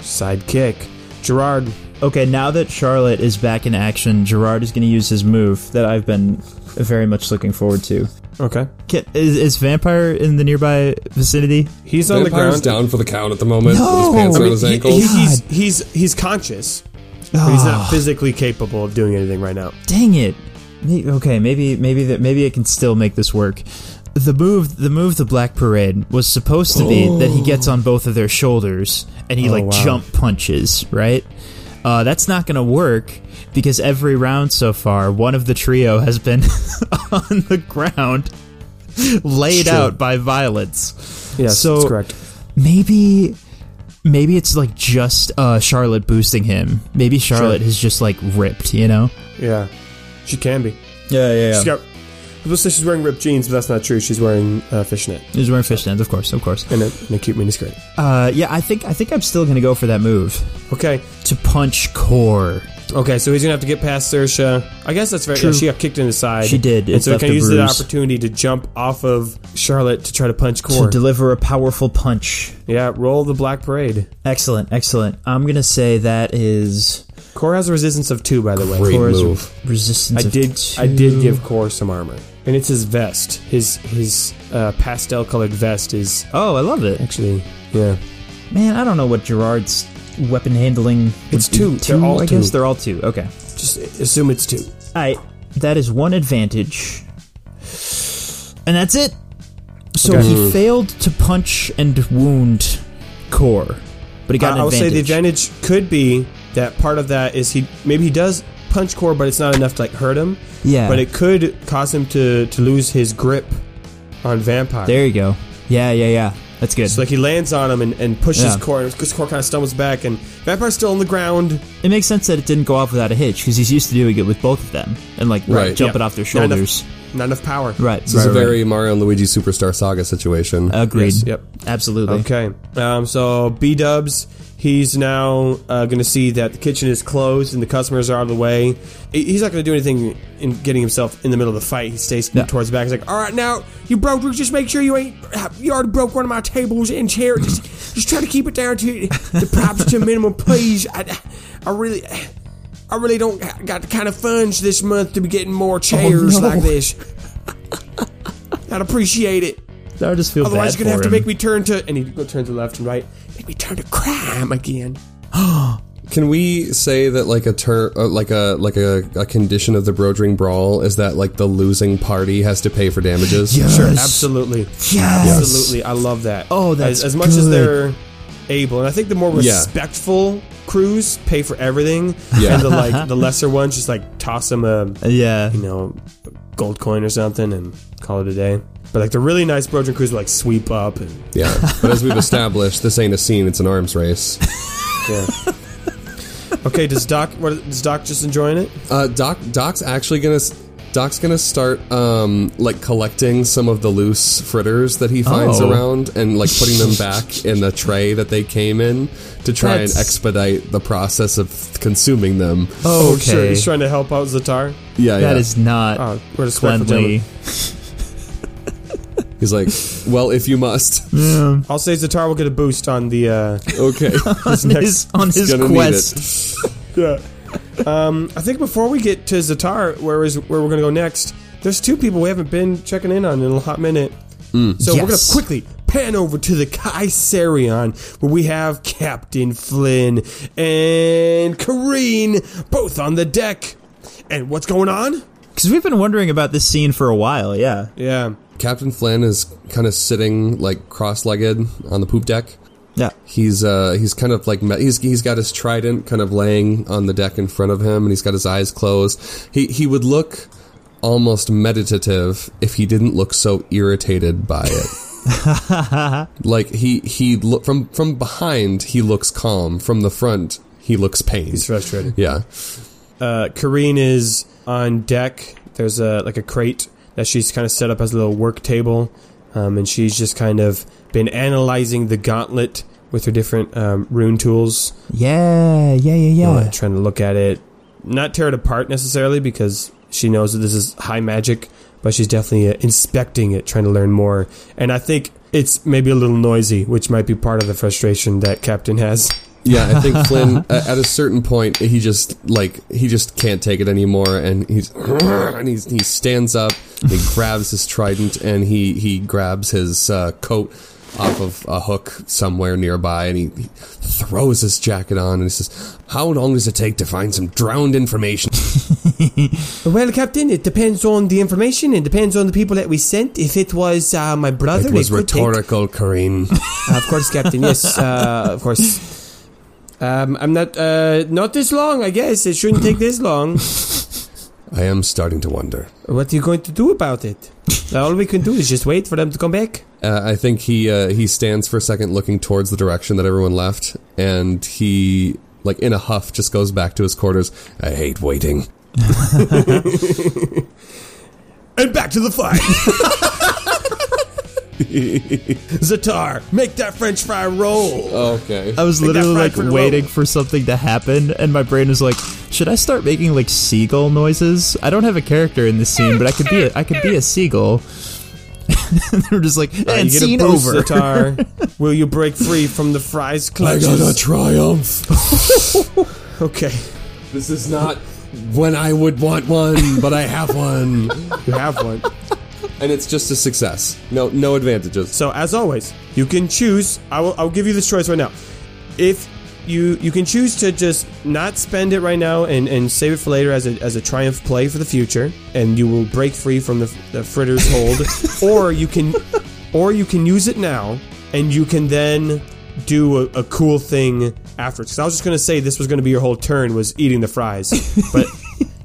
Speaker 1: Sidekick. Gerard,
Speaker 3: Okay, now that Charlotte is back in action, Gerard is going to use his move that I've been very much looking forward to.
Speaker 1: okay.
Speaker 3: Ca- Is, is Vampire in the nearby vicinity?
Speaker 1: He's on
Speaker 2: Vampire's
Speaker 1: the ground.
Speaker 2: down for the count at the moment. With
Speaker 3: No!
Speaker 2: his pants
Speaker 3: I
Speaker 2: around
Speaker 3: mean,
Speaker 2: his
Speaker 1: He-
Speaker 2: ankles.
Speaker 1: he- he's, he's, he's conscious, but he's
Speaker 3: Ah.
Speaker 1: not physically capable of doing anything right now.
Speaker 3: Dang it! May- Okay, maybe maybe that maybe I can still make this work. The move, the move, the Black Parade was supposed to be that he gets on both of their shoulders and he like
Speaker 1: wow.
Speaker 3: jump punches, right? Uh, that's not going to work because every round so far, one of the trio has been on the ground, laid
Speaker 1: True.
Speaker 3: out by violence.
Speaker 1: Yes,
Speaker 3: So-
Speaker 1: that's correct.
Speaker 3: Maybe, maybe it's like just uh, Charlotte boosting him. Maybe Charlotte is just like ripped, you know?
Speaker 1: Yeah. She can be.
Speaker 3: Yeah, yeah,
Speaker 1: She's got. People say she's wearing ripped jeans, but that's not true. She's wearing uh, fishnet
Speaker 3: He's wearing fishnets, of course, of course.
Speaker 1: and a, and a cute miniskirt.
Speaker 3: Uh, yeah, I think I think I'm still gonna go for that move
Speaker 1: Okay.
Speaker 3: to punch core.
Speaker 1: Okay, so he's gonna have to get past Sersha. I guess that's right.
Speaker 3: True.
Speaker 1: Yeah, she got kicked in the side.
Speaker 3: She did.
Speaker 1: And
Speaker 3: It's
Speaker 1: so
Speaker 3: left
Speaker 1: can
Speaker 3: a
Speaker 1: use the
Speaker 3: bruise.
Speaker 1: opportunity to jump off of Charlotte to try to punch
Speaker 3: to
Speaker 1: Core.
Speaker 3: deliver a powerful punch.
Speaker 1: yeah, roll the Black Parade.
Speaker 3: Excellent, excellent. I'm gonna say that is
Speaker 1: Core has a resistance of two, by the way.
Speaker 2: Great
Speaker 3: Core's
Speaker 2: move.
Speaker 3: resistance.
Speaker 1: I
Speaker 3: of
Speaker 1: did.
Speaker 3: two.
Speaker 1: I did give Core some armor, and it's his vest. His his uh, pastel colored vest is
Speaker 3: Oh, I love it,
Speaker 1: actually yeah.
Speaker 3: man. I don't know what Gerard's weapon handling. would
Speaker 1: It's
Speaker 3: be.
Speaker 1: two. They're all
Speaker 3: I guess
Speaker 1: two.
Speaker 3: they're all two. Okay.
Speaker 1: Just assume it's two.
Speaker 3: All right. That is one advantage, and that's it. So
Speaker 1: Okay.
Speaker 3: he failed to punch and wound core, but he got
Speaker 1: I,
Speaker 3: an
Speaker 1: I will say
Speaker 3: advantage.
Speaker 1: the advantage could be that part of that is he maybe he does punch Core, but it's not enough to like hurt him.
Speaker 3: Yeah.
Speaker 1: but it could cause him to to lose his grip on vampire.
Speaker 3: There you go. Yeah, yeah, yeah. That's good.
Speaker 1: So like he lands on him and, and pushes
Speaker 3: Yeah.
Speaker 1: Core, and his Core kind of stumbles back, and vampire's still on the ground.
Speaker 3: it makes sense that it didn't go off without a hitch because he's used to doing it with both of them and like
Speaker 2: Right.
Speaker 3: jumping
Speaker 1: Yeah.
Speaker 3: off their
Speaker 1: Not enough-
Speaker 3: shoulders.
Speaker 1: Not enough power.
Speaker 3: Right.
Speaker 2: This is
Speaker 3: right,
Speaker 2: a
Speaker 3: right.
Speaker 2: very Mario and Luigi Superstar Saga situation.
Speaker 3: agreed.
Speaker 1: Yes, yep.
Speaker 3: Absolutely.
Speaker 1: Okay. Um, so B Dubs, he's now uh, going to see that the kitchen is closed and the customers are out of the way. He- He's not going to do anything in getting himself in the middle of the fight. He stays
Speaker 3: No.
Speaker 1: towards the back. He's like, "All right, now you broke. Just make sure you ain't. You already broke one of my tables and chair. Just, just try to keep it down to the props to a minimum, please. I, I really." I really don't got the kind of funds this month to be getting more chairs
Speaker 3: no.
Speaker 1: like this. I'd appreciate it.
Speaker 3: I just feel
Speaker 1: Otherwise,
Speaker 3: bad
Speaker 1: you're gonna have
Speaker 3: for
Speaker 1: to
Speaker 3: him.
Speaker 1: make me turn to and he turns to left and right. Make me turn to crime again.
Speaker 2: Can we say that like a ter- uh, like a like a, a condition of the Brodring Brawl is that like the losing party has to pay for damages?
Speaker 3: Yes.
Speaker 1: Sure, absolutely,
Speaker 3: Yes.
Speaker 1: absolutely. I love that.
Speaker 3: Oh, that's
Speaker 1: as, as much as
Speaker 3: good.
Speaker 1: they're able, and I think the more
Speaker 2: Yeah.
Speaker 1: respectful crews pay for everything,
Speaker 2: Yeah.
Speaker 1: and the like the lesser ones just like toss them a
Speaker 3: Yeah.
Speaker 1: you know gold coin or something and call it a day. But like the really nice Brojan crews will like sweep up and
Speaker 2: Yeah. But as we've established, this ain't a scene; it's an arms race.
Speaker 1: yeah. okay, does Doc? What is Doc just enjoying it?
Speaker 2: Uh, Doc Doc's actually gonna s- Doc's gonna start um, like collecting some of the loose fritters that he finds
Speaker 3: Oh.
Speaker 2: around and like putting them back in the tray that they came in to try
Speaker 3: That's-
Speaker 2: and expedite the process of consuming them.
Speaker 1: Oh,
Speaker 3: okay.
Speaker 1: sure. He's trying to help out Zatar.
Speaker 2: Yeah,
Speaker 3: That
Speaker 2: yeah.
Speaker 3: is not
Speaker 1: Oh, what a respectful gentleman.
Speaker 3: cleanly.
Speaker 2: He's like, well, if you must,
Speaker 1: I'll say Zatar will get a boost on the uh,
Speaker 2: okay.
Speaker 1: his
Speaker 3: On
Speaker 1: next.
Speaker 3: his, on
Speaker 2: He's
Speaker 3: his
Speaker 2: gonna need
Speaker 3: quest.
Speaker 1: Yeah. Um, I think before we get to Zatar, where is where we're gonna go next? There's two people we haven't been checking in on in a hot minute. So we're gonna
Speaker 3: Yes.
Speaker 1: quickly pan over to the Kaiserion, where we have Captain Flynn and Kareen both on the deck. And what's going on?
Speaker 3: Because we've been wondering about this scene for a while, yeah.
Speaker 1: Yeah.
Speaker 2: Captain Flynn is kind of sitting like cross-legged on the poop deck.
Speaker 3: Yeah.
Speaker 2: He's uh he's kind of like me- he's he's got his trident kind of laying on the deck in front of him, and he's got his eyes closed. He he would look almost meditative if he didn't look so irritated by it. like he he look from from behind he looks calm. From the front he looks pained.
Speaker 1: He's frustrated.
Speaker 2: Yeah.
Speaker 1: Uh, Kareen is on deck. There's a like a crate that she's kind of set up as a little work table, um, and she's just kind of been analyzing the gauntlet with her different um, rune tools,
Speaker 3: Yeah, yeah, yeah, yeah.
Speaker 1: uh, trying to look at it, not tear it apart necessarily because she knows that this is high magic, but she's definitely uh, inspecting it, trying to learn more. And I think it's maybe a little noisy, which might be part of the frustration that Captain has.
Speaker 2: Yeah, I think Flynn a- at a certain point he just like he just can't take it anymore, and he's and he's, he stands up, he grabs his trident, and he he grabs his uh, coat off of a hook somewhere nearby, and he, he throws his jacket on, and he says, "How long does it take to find some drowned information?"
Speaker 1: Well, Captain, it depends on the information. It depends on the people that we sent. If it was uh, my brother,
Speaker 2: It was
Speaker 1: could take-
Speaker 2: rhetorical, Kareen.
Speaker 1: Uh, of course, Captain. Yes, uh, of course. Um, I'm not uh, not this long. I guess it shouldn't take this long.
Speaker 2: I am starting to wonder.
Speaker 1: What are you going to do about it? All we can do is just wait for them to come back.
Speaker 2: Uh, I think he uh, he stands for a second, looking towards the direction that everyone left, and he like in a huff just goes back to his quarters. I hate
Speaker 1: And
Speaker 2: waiting.
Speaker 1: back to the fight. Zatar, make that French fry roll.
Speaker 2: Okay.
Speaker 3: I was
Speaker 1: Take that
Speaker 3: literally
Speaker 1: fried
Speaker 3: like
Speaker 1: fruit roll.
Speaker 3: waiting for something to happen, and my brain was like, "Should I start making like seagull noises? I don't have a character in this scene, but I could be a I could be a seagull." They're just like, and
Speaker 1: Uh, you get a
Speaker 3: scene
Speaker 1: boost,
Speaker 3: over.
Speaker 1: Zatar. Will you break free from the fry's
Speaker 2: I
Speaker 1: clutches?
Speaker 2: got a triumph.
Speaker 1: Okay,
Speaker 2: this is not when I would want one, but I have one,
Speaker 1: you have one.
Speaker 2: and it's just a success. No, no advantages.
Speaker 1: So as always, you can choose. I will. I'll give you this choice right now. If you you can choose to just not spend it right now and, and save it for later as a as a triumph play for the future, and you will break free from the, the fritter's hold, or you can, or you can use it now, and you can then do a, a cool thing afterwards. Because I was just gonna say this was gonna be your whole turn was eating the fries, but.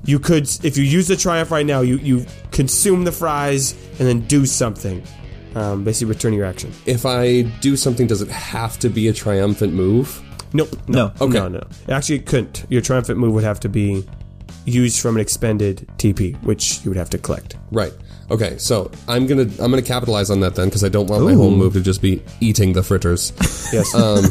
Speaker 1: You could, if you use the triumph right now, you, you consume the fries and then do something. Um, basically, return your action.
Speaker 2: If I do something, does it have to be a triumphant move?
Speaker 1: Nope.
Speaker 3: No.
Speaker 2: Okay.
Speaker 1: No, no. Actually, it couldn't. Your triumphant move would have to be used from an expended TP, which you would have to collect.
Speaker 2: Right. Okay, so I'm gonna I'm gonna capitalize on that then because I don't want my whole move to just be eating the fritters.
Speaker 1: Yes.
Speaker 2: Um,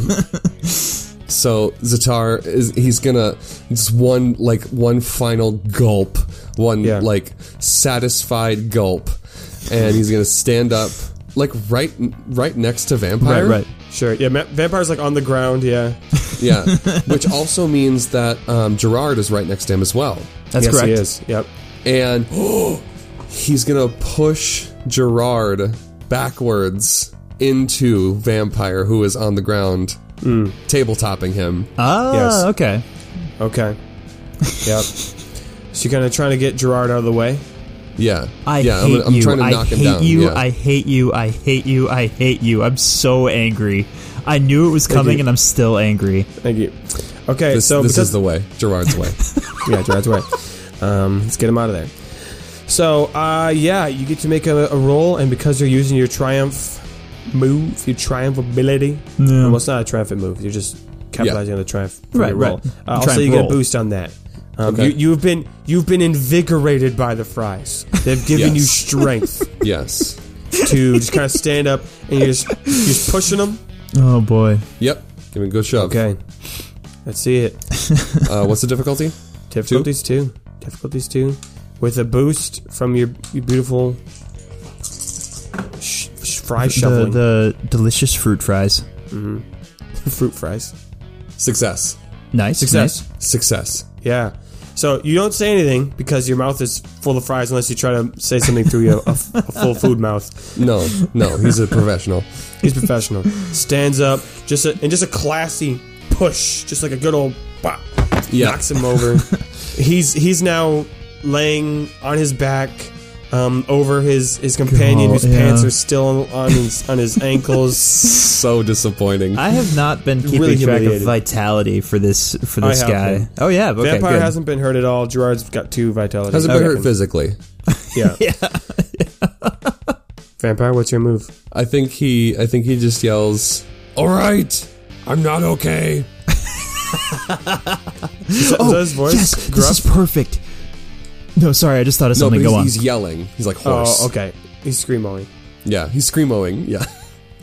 Speaker 2: So Zatar is he's gonna just one like one final gulp, one
Speaker 1: Yeah.
Speaker 2: like satisfied gulp, and he's gonna stand up like right right next to vampire.
Speaker 3: Right, right.
Speaker 1: sure. Yeah. Ma- vampire's like on the ground. Yeah.
Speaker 2: Yeah, which also means that um, Gerard is right next to him as well,
Speaker 3: That's
Speaker 1: yes,
Speaker 3: correct.
Speaker 1: he is. Yep.
Speaker 2: and he's gonna push Gerard backwards into vampire who is on the ground,
Speaker 3: Mm.
Speaker 2: table topping him.
Speaker 3: Ah,
Speaker 1: Yes.
Speaker 3: okay.
Speaker 1: Okay. Yep. so you're kind of trying to get Gerard out of the way.
Speaker 2: Yeah,
Speaker 3: I
Speaker 2: yeah,
Speaker 3: hate
Speaker 2: I'm, I'm
Speaker 3: you.
Speaker 2: trying to
Speaker 3: I
Speaker 2: knock
Speaker 3: hate
Speaker 2: him down.
Speaker 3: you.
Speaker 2: yeah.
Speaker 3: I hate you. I hate you. I hate you. I'm so angry. I knew it was coming,
Speaker 1: you.
Speaker 3: and I'm still angry.
Speaker 1: Thank you. Okay.
Speaker 2: This,
Speaker 1: so
Speaker 2: this
Speaker 1: because
Speaker 2: is the way, Gerard's way.
Speaker 1: yeah, Gerard's way. Um, let's get him out of there. So, uh, yeah, you get to make a, a roll, and because you're using your triumph move, your triumph ability.
Speaker 3: No.
Speaker 1: Well, it's not a triumphant move. You're just capitalizing on the triumph. from
Speaker 3: Right,
Speaker 1: your roll.
Speaker 3: right.
Speaker 1: Uh, also,
Speaker 3: Triumph
Speaker 1: you get a
Speaker 3: roll.
Speaker 1: boost on that. Um,
Speaker 2: Okay.
Speaker 1: you, you've been you've been invigorated by the fries. They've given you
Speaker 2: Yes.
Speaker 1: strength
Speaker 2: yes.
Speaker 1: to just kind of stand up, and you're just, you're just pushing them.
Speaker 3: Oh boy.
Speaker 2: Yep. Give me a good shove.
Speaker 1: Okay, let's see it.
Speaker 2: Uh, what's the difficulty?
Speaker 1: Difficulties two. Difficulties two. With a boost from your, your beautiful sh- sh- fry shoveling.
Speaker 3: The, the delicious fruit fries.
Speaker 1: fruit fries.
Speaker 2: Success.
Speaker 3: Nice.
Speaker 1: Success.
Speaker 3: nice.
Speaker 2: Success.
Speaker 1: Yeah. So you don't say anything because your mouth is full of fries unless you try to say something through your, a, f- a full food mouth.
Speaker 2: No, no, he's a professional.
Speaker 1: He's professional. Stands up, just a, and just a classy push, just like a good old bop,
Speaker 2: Yeah.
Speaker 1: knocks him over. he's he's now laying on his back um, over his his companion,
Speaker 3: God,
Speaker 1: whose pants
Speaker 3: Oh, yeah.
Speaker 1: are still on his on his ankles.
Speaker 2: So disappointing.
Speaker 3: I have not been keeping
Speaker 1: Really
Speaker 3: track of
Speaker 1: humiliated.
Speaker 3: vitality for this for
Speaker 1: I
Speaker 3: this
Speaker 1: have
Speaker 3: guy.
Speaker 1: been.
Speaker 3: Oh yeah, okay,
Speaker 1: Vampire
Speaker 3: good.
Speaker 1: hasn't been hurt at all. Gerard's got two vitality.
Speaker 2: Hasn't been
Speaker 1: Okay.
Speaker 2: hurt physically.
Speaker 1: Yeah. Vampire, what's your move?
Speaker 2: I think he I think he just yells, "All right, I'm not okay."
Speaker 1: Is that his voice?
Speaker 3: Oh, yes,
Speaker 1: Gruff?
Speaker 3: this is perfect. No, sorry, I just thought of
Speaker 2: No, but
Speaker 3: something.
Speaker 2: he's,
Speaker 3: Go on.
Speaker 2: he's yelling. He's like horse.
Speaker 1: Oh, okay. He's screaming.
Speaker 2: Yeah, he's screamoing. Yeah,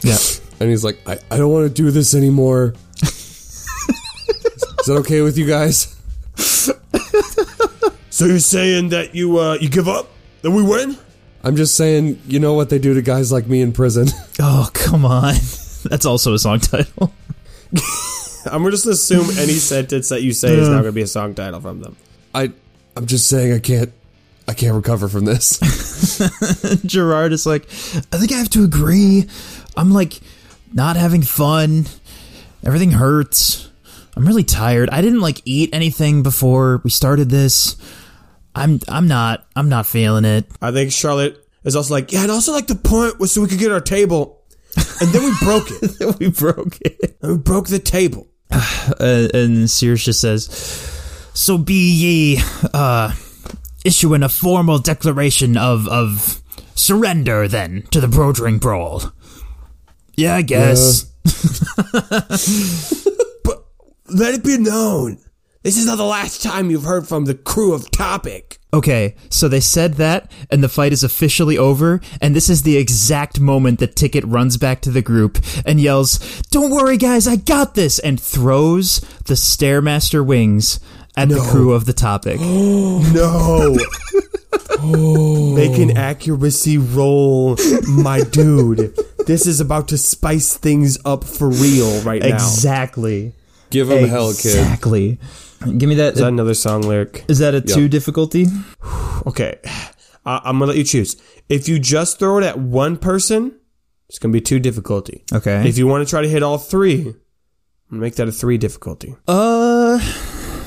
Speaker 3: Yeah.
Speaker 2: and he's like, "I, I don't want to do this anymore." is that okay with you guys?
Speaker 1: So you're saying that you uh you give up? That we win?
Speaker 2: I'm just saying, you know what they do to guys like me in prison.
Speaker 3: Oh, come on. That's also a song title.
Speaker 1: I'm just gonna assume any sentence that you say is now gonna be a song title from them.
Speaker 2: I I'm just saying I can't I can't recover from this.
Speaker 3: Gerard is like, I think I have to agree. I'm like not having fun. Everything hurts. I'm really tired. I didn't like eat anything before we started this. I'm I'm not I'm not feeling it.
Speaker 1: I think Charlotte is also like, yeah, and also like the point was so we could get our table. And then we broke it.
Speaker 3: we broke it.
Speaker 1: And we broke the table.
Speaker 3: Uh, and Sears just says, "So be ye uh, issuing a formal declaration of of surrender then to the Brodering Brawl." Yeah, I guess.
Speaker 1: Let it be known. This is not the last time you've heard from the crew of Topic.
Speaker 3: Okay, so they said that, and the fight is officially over, and this is the exact moment that Ticket runs back to the group and yells, Don't worry, guys, I got this! and throws the Stairmaster wings at the crew of the topic.
Speaker 1: No. Make an accuracy roll, my dude. This is about to spice things up for real right now. Is
Speaker 3: exactly.
Speaker 2: Give him hell, kid.
Speaker 3: Exactly. Give me that. Is
Speaker 1: that
Speaker 3: that,
Speaker 1: another song lyric?
Speaker 3: is that a two
Speaker 2: Yeah.
Speaker 3: difficulty?
Speaker 1: Okay. I I'm going to let you choose. If you just throw it at one person, it's going to be two difficulty.
Speaker 3: Okay.
Speaker 1: If you want to try to hit all three, make that a three difficulty.
Speaker 3: Uh,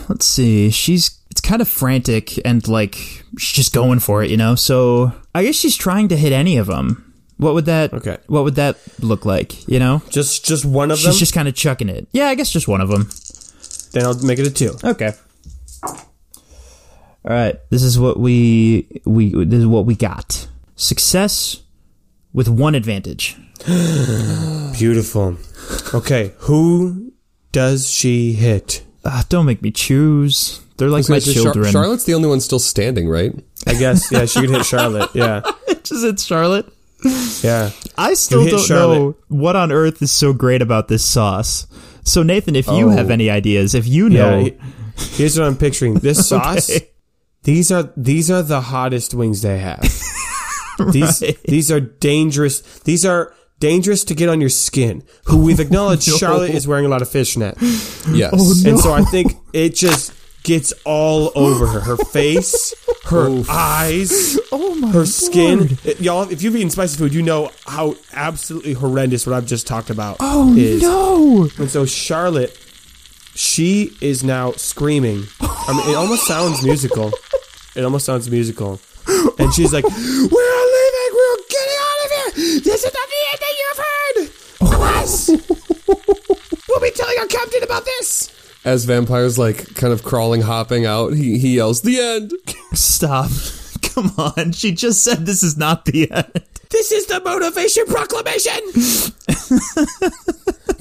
Speaker 3: let's see. She's it's kind of frantic and like she's just going for it, you know. So I guess she's trying to hit any of them. What would that?
Speaker 1: Okay.
Speaker 3: What would that look like? You know,
Speaker 1: Just just one of them,
Speaker 3: she's just kind of chucking it. Yeah, I guess just one of them.
Speaker 1: then I'll make it a two.
Speaker 3: Okay. All right. This is what we we this is what we got. Success with one advantage.
Speaker 1: Beautiful. Okay, who does she hit?
Speaker 3: Ah, don't make me choose. They're like my
Speaker 2: Wait, so Char-
Speaker 3: children.
Speaker 2: Charlotte's the only one still standing, right?
Speaker 1: I guess yeah, she could hit Charlotte. Yeah,
Speaker 3: Is it Charlotte?
Speaker 1: yeah.
Speaker 3: I still
Speaker 1: hit
Speaker 3: don't
Speaker 1: Charlotte.
Speaker 3: know what on earth is so great about this sauce. So Nathan, if you
Speaker 2: Oh.
Speaker 3: have any ideas, if you know,
Speaker 1: Yeah, he- here's what I'm picturing: this sauce. These are these are the hottest wings they have. These these are dangerous. These are dangerous to get on your skin. Who we've acknowledged Charlotte is wearing a lot of fishnet,
Speaker 3: Oh,
Speaker 2: Yes.
Speaker 1: and so I think it just gets all over her. Her face, her eyes,
Speaker 3: oh my,
Speaker 1: her skin. It- y'all, if you've eaten spicy food, you know how absolutely horrendous what I've just talked about
Speaker 3: oh
Speaker 1: is.
Speaker 3: no,
Speaker 1: And so Charlotte, she is now screaming. I mean, it almost sounds musical. It almost sounds musical. And she's like, "We're all leaving. We're getting out of here. This is not the end that you have heard from
Speaker 3: Oh.
Speaker 1: us. We'll be telling our captain about this."
Speaker 2: As vampires like kind of crawling, hopping out, he he yells, "The end!"
Speaker 3: stop! Come on, she just said this is not the end.
Speaker 1: This is the motivation proclamation.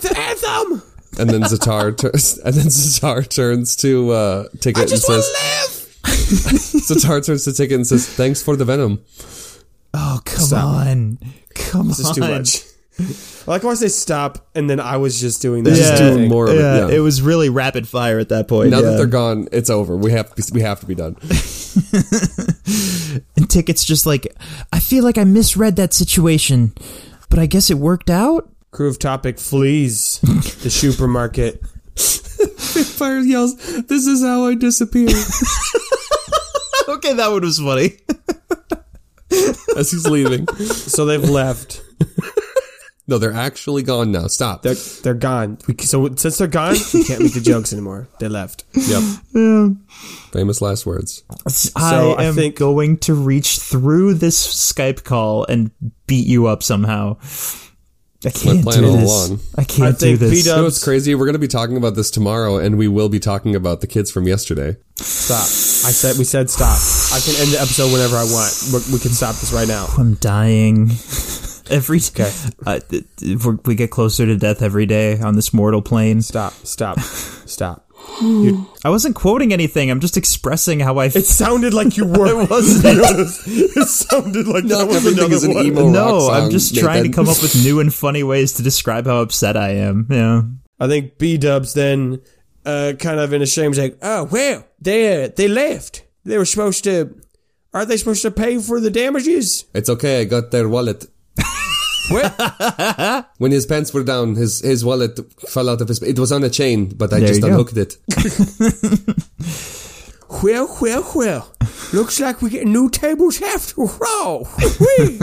Speaker 1: the anthem.
Speaker 2: And then Zatar turns, and then Zatar turns to uh, Ticket
Speaker 1: I
Speaker 2: and
Speaker 1: just want
Speaker 2: says,
Speaker 1: to live.
Speaker 2: Zatar turns to Ticket and says, "Thanks for the venom."
Speaker 3: Oh come on, come
Speaker 1: This is
Speaker 3: on!
Speaker 1: too much. I like when I say stop, and then I was just doing that.
Speaker 2: Just
Speaker 1: Yeah.
Speaker 2: doing more of it,
Speaker 3: yeah,
Speaker 2: yeah.
Speaker 3: it was really rapid fire at that point.
Speaker 2: Now
Speaker 3: yeah.
Speaker 2: that they're gone, it's over. We have to be, we have to be done.
Speaker 3: And Ticket's just like, I feel like I misread that situation, but I guess it worked out.
Speaker 1: Crew of Topic flees the supermarket.
Speaker 2: Fire yells, "This is how I disappear!"
Speaker 3: Okay, that one was funny.
Speaker 2: as he's leaving.
Speaker 1: So they've left.
Speaker 2: No, they're actually gone now. Stop.
Speaker 1: They're, they're gone. We, so since they're gone, we can't make the jokes anymore. They left.
Speaker 2: Yep. Famous last words.
Speaker 1: So I
Speaker 3: I am
Speaker 1: think-
Speaker 3: going to reach through this Skype call and beat you up somehow. I can't
Speaker 2: plan
Speaker 3: do
Speaker 2: all
Speaker 3: this.
Speaker 2: along.
Speaker 3: I can't
Speaker 1: I
Speaker 3: do
Speaker 1: think
Speaker 3: this.
Speaker 2: You know
Speaker 1: P-Dubs-
Speaker 2: what's crazy? We're going to be talking about this tomorrow, and we will be talking about the kids from yesterday.
Speaker 1: Stop. I said we said stop. I can end the episode whenever I want. We're, we can stop this right now.
Speaker 3: I'm dying. every
Speaker 1: Okay.
Speaker 3: uh, th- th- we're- we get closer to death every day on this mortal plane.
Speaker 1: Stop, stop, stop.
Speaker 3: I wasn't quoting anything. I'm just expressing how I feel.
Speaker 1: It sounded like you were. it
Speaker 3: wasn't.
Speaker 1: it sounded like
Speaker 2: Not
Speaker 1: that was
Speaker 2: everything
Speaker 1: another
Speaker 2: is an
Speaker 1: one.
Speaker 2: emo rock
Speaker 3: no,
Speaker 2: song.
Speaker 3: I'm just trying to
Speaker 2: Nathan.
Speaker 3: come up with new and funny ways to describe how upset I am. Yeah.
Speaker 1: I think B Dubs then, uh, kind of in a shame, was like, "Oh well, they uh, they left. They were supposed to. Aren't they supposed to pay for the damages?"
Speaker 2: It's okay. I got their wallet.
Speaker 1: What?
Speaker 2: When his pants were down, his his wallet fell out of his. It was on a chain, but I
Speaker 3: There
Speaker 2: just
Speaker 3: you go.
Speaker 2: unhooked it.
Speaker 1: well, well, well. Looks like we get new tables after all. Whee!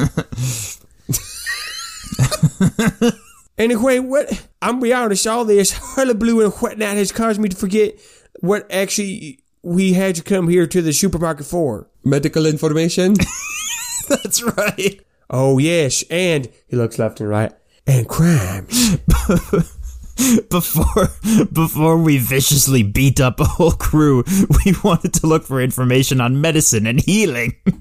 Speaker 1: anyway, what? I'm gonna be honest. All this hullabaloo and whatnot has caused me to forget what actually we had to come here to the supermarket for.
Speaker 2: Medical information.
Speaker 3: That's right.
Speaker 1: Oh yes, and he looks left and right. And crimes.
Speaker 3: Before before we viciously beat up a whole crew, we wanted to look for information on medicine and healing.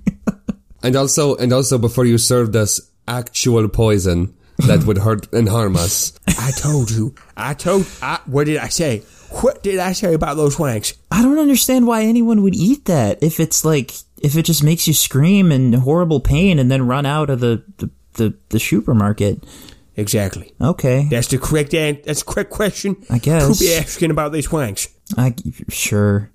Speaker 2: And also, and also, before you served us actual poison that would hurt and harm us,
Speaker 1: I told you. I told. I, what did I say? What did I say about those wanks?
Speaker 3: I don't understand why anyone would eat that if it's like if it just makes you scream in horrible pain and then run out of the the, the, the supermarket.
Speaker 1: Exactly.
Speaker 3: Okay.
Speaker 1: That's the correct answer. That's the correct question.
Speaker 3: I guess.
Speaker 1: Could be asking about these wanks.
Speaker 3: I sure.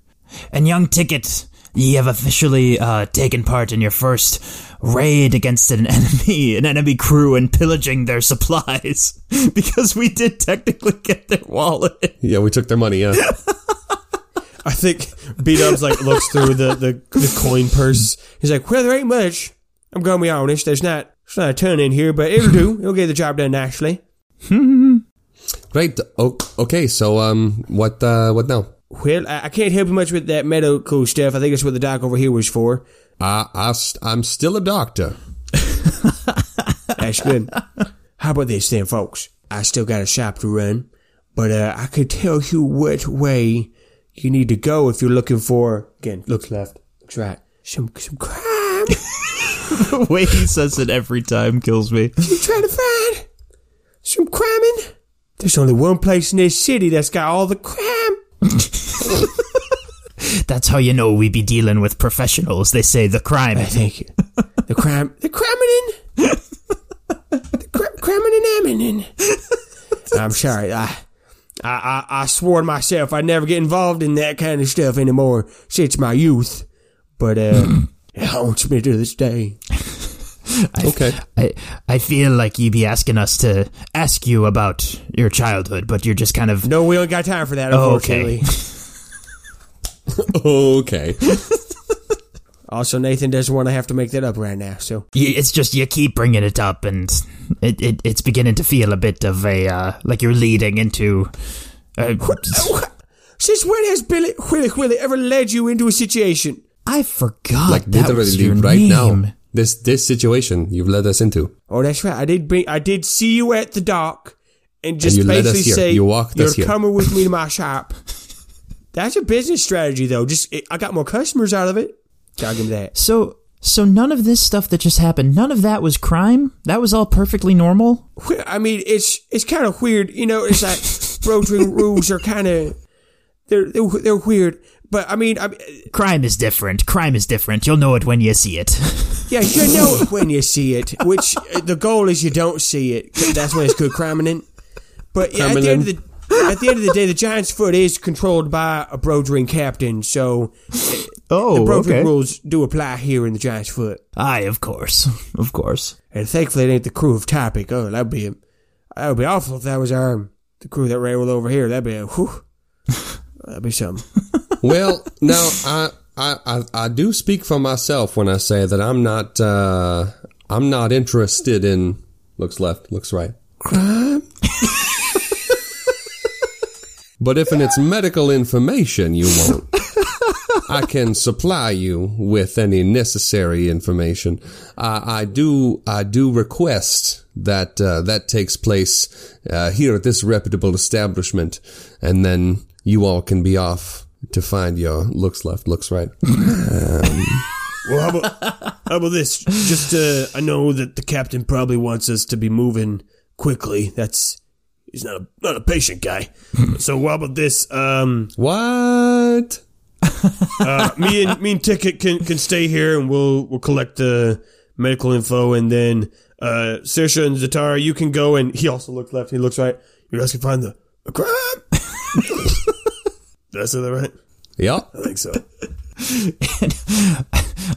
Speaker 3: And young ticket, ye have officially uh, taken part in your first raid against an enemy, an enemy crew, and pillaging their supplies because we did technically get their wallet.
Speaker 2: yeah, we took their money. Yeah,
Speaker 1: I think B Dubs like looks through the, the the coin purse. He's like, well, there ain't much. I'm gonna be honest. There's not. There's not a ton in here, but it'll do. It'll get the job done nicely.
Speaker 2: right. O- okay, so um, what uh, what now?
Speaker 1: Well, I, I can't help you much with that medical stuff. I think that's what the doc over here was for.
Speaker 2: I, I st- I'm still a doctor.
Speaker 1: That's good. How about this then, folks? I still got a shop to run, but uh, I could tell you what way you need to go if you're looking for again. Looks left, looks right. Some some crime
Speaker 3: The way he says it every time kills me.
Speaker 1: you trying to find. Some criming. There's only one place in this city that's got all the crime.
Speaker 3: That's how you know we be dealing with professionals. They say the crime.
Speaker 1: Thank you. The crime, the cramming in, the cra- cramming and amming in. I'm sorry. I, I, I, I swore to myself I'd never get involved in that kind of stuff anymore since my youth, but uh, it haunts me to this day.
Speaker 2: Okay,
Speaker 3: I, I feel like you be asking us to ask you about your childhood, but you're just kind of
Speaker 1: No, we ain't got time for that.
Speaker 3: Oh,
Speaker 1: Unfortunately.
Speaker 2: okay.
Speaker 1: Also, Nathan doesn't want to have to make that up right now. So,
Speaker 3: Y- it's just you keep bringing it up and it, it it's beginning to feel a bit of a uh, like you're leading into uh,
Speaker 1: since when has Billy Willie Willie ever led you into a situation?
Speaker 3: I forgot
Speaker 2: Like
Speaker 3: that was
Speaker 2: literally
Speaker 3: your
Speaker 2: right
Speaker 3: name.
Speaker 2: now. This this situation you've led us into.
Speaker 1: Oh, that's right. I did bring. I did see you at the dock, and just
Speaker 2: you led
Speaker 1: basically
Speaker 2: us here.
Speaker 1: say
Speaker 2: You walked
Speaker 1: are
Speaker 2: us here."
Speaker 1: coming with me to my shop. That's a business strategy, though. Just it, I got more customers out of it. I'll give you that.
Speaker 3: So so none of this stuff that just happened, none of that was crime. That was all perfectly normal.
Speaker 1: Wh- I mean, it's it's kind of weird, you know. It's like road rules are kind of they're, they're they're weird, but I mean, I,
Speaker 3: Crime is different. Crime is different. You'll know it when you see it.
Speaker 1: yeah, you know it when you see it. Which uh, the goal is you don't see it. 'cause That's when it's good criminal. But yeah, at the end of the. At the end of the day, the Giants' foot is controlled by a brodering captain, so
Speaker 3: oh,
Speaker 1: Broken rules do apply here in the Giants' foot.
Speaker 3: Aye, of course, of course.
Speaker 1: And thankfully it ain't the crew of Topic. Oh, that'd be that would be awful if that was our the crew that railed over here. That'd be a whew. That'd be something.
Speaker 2: Well, now I, I I I do speak for myself when I say that I'm not uh, I'm not interested in looks left, looks right crime. but if in it's medical information, you won't. I can supply you with any necessary information. Uh, I do I do request that uh, that takes place uh, here at this reputable establishment, and then you all can be off to find your looks left, looks right.
Speaker 1: Well, how about, how about this? Just, uh, I know that the captain probably wants us to be moving quickly. That's, he's not a, not a patient guy. so how about this? Um,
Speaker 2: What?
Speaker 1: uh, me and, me and Ticket can, can stay here and we'll, we'll collect the medical info and then, uh, Sersha and Zatara, you can go and he also looks left, he looks right. You guys can find the, the crab. Did I say that right?
Speaker 2: Yep.
Speaker 1: I think so.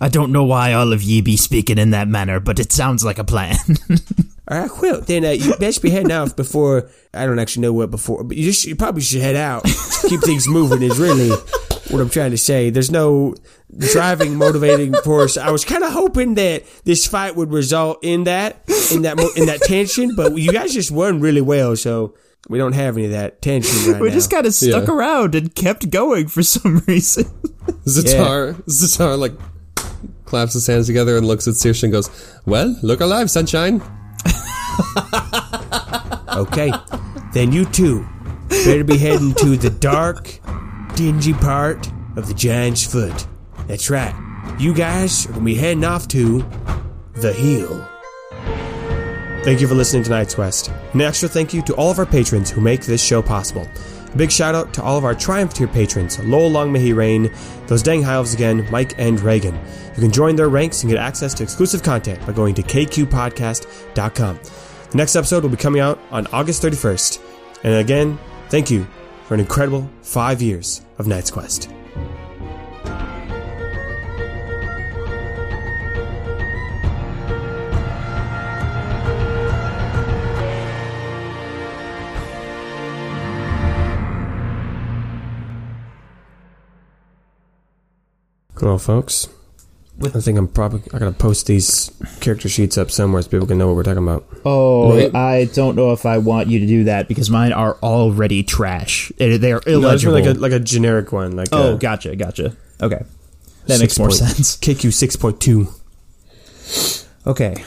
Speaker 3: I don't know why all of ye be speaking in that manner, but it sounds like a plan.
Speaker 4: All right, well, then uh, you best be heading off before I don't actually know what before, but you, just, you probably should head out. Keep things moving is really what I'm trying to say. There's no driving motivating force. I was kind of hoping that this fight would result in that in that mo- in that tension, but you guys just won really well, so we don't have any of that tension right
Speaker 3: we
Speaker 4: now.
Speaker 3: just kind of stuck
Speaker 2: Yeah.
Speaker 3: around and kept going for some reason.
Speaker 2: Zatar, Zatar, like, claps his hands together and looks at Sirsha and goes, Well, look alive, sunshine.
Speaker 4: Okay, then you two better be heading to the dark, dingy part of the giant's foot. That's right. You guys are gonna be heading off to the hill.
Speaker 1: Thank you for listening to Night's Quest. An extra thank you to all of our patrons who make this show possible. A big shout out to all of our Triumph tier patrons, Lowell Long May He Rain, those dang hives again, Mike and Reagan. You can join their ranks and get access to exclusive content by going to kqpodcast.com. The next episode will be coming out on August 31st. And again, thank you for an incredible five years of Night's Quest. Well, folks, I think I'm probably I gotta post these character sheets up somewhere so people can know what we're talking about.
Speaker 3: Oh,
Speaker 2: Right.
Speaker 3: I don't know if I want you to do that because mine are already trash. They they are
Speaker 1: No, it's
Speaker 3: illegible.
Speaker 1: like a like a generic one. Like
Speaker 3: oh,
Speaker 1: uh,
Speaker 3: gotcha, gotcha. Okay, that
Speaker 1: Six
Speaker 3: makes more
Speaker 1: point-
Speaker 3: sense.
Speaker 1: KQ six point two.
Speaker 3: Okay,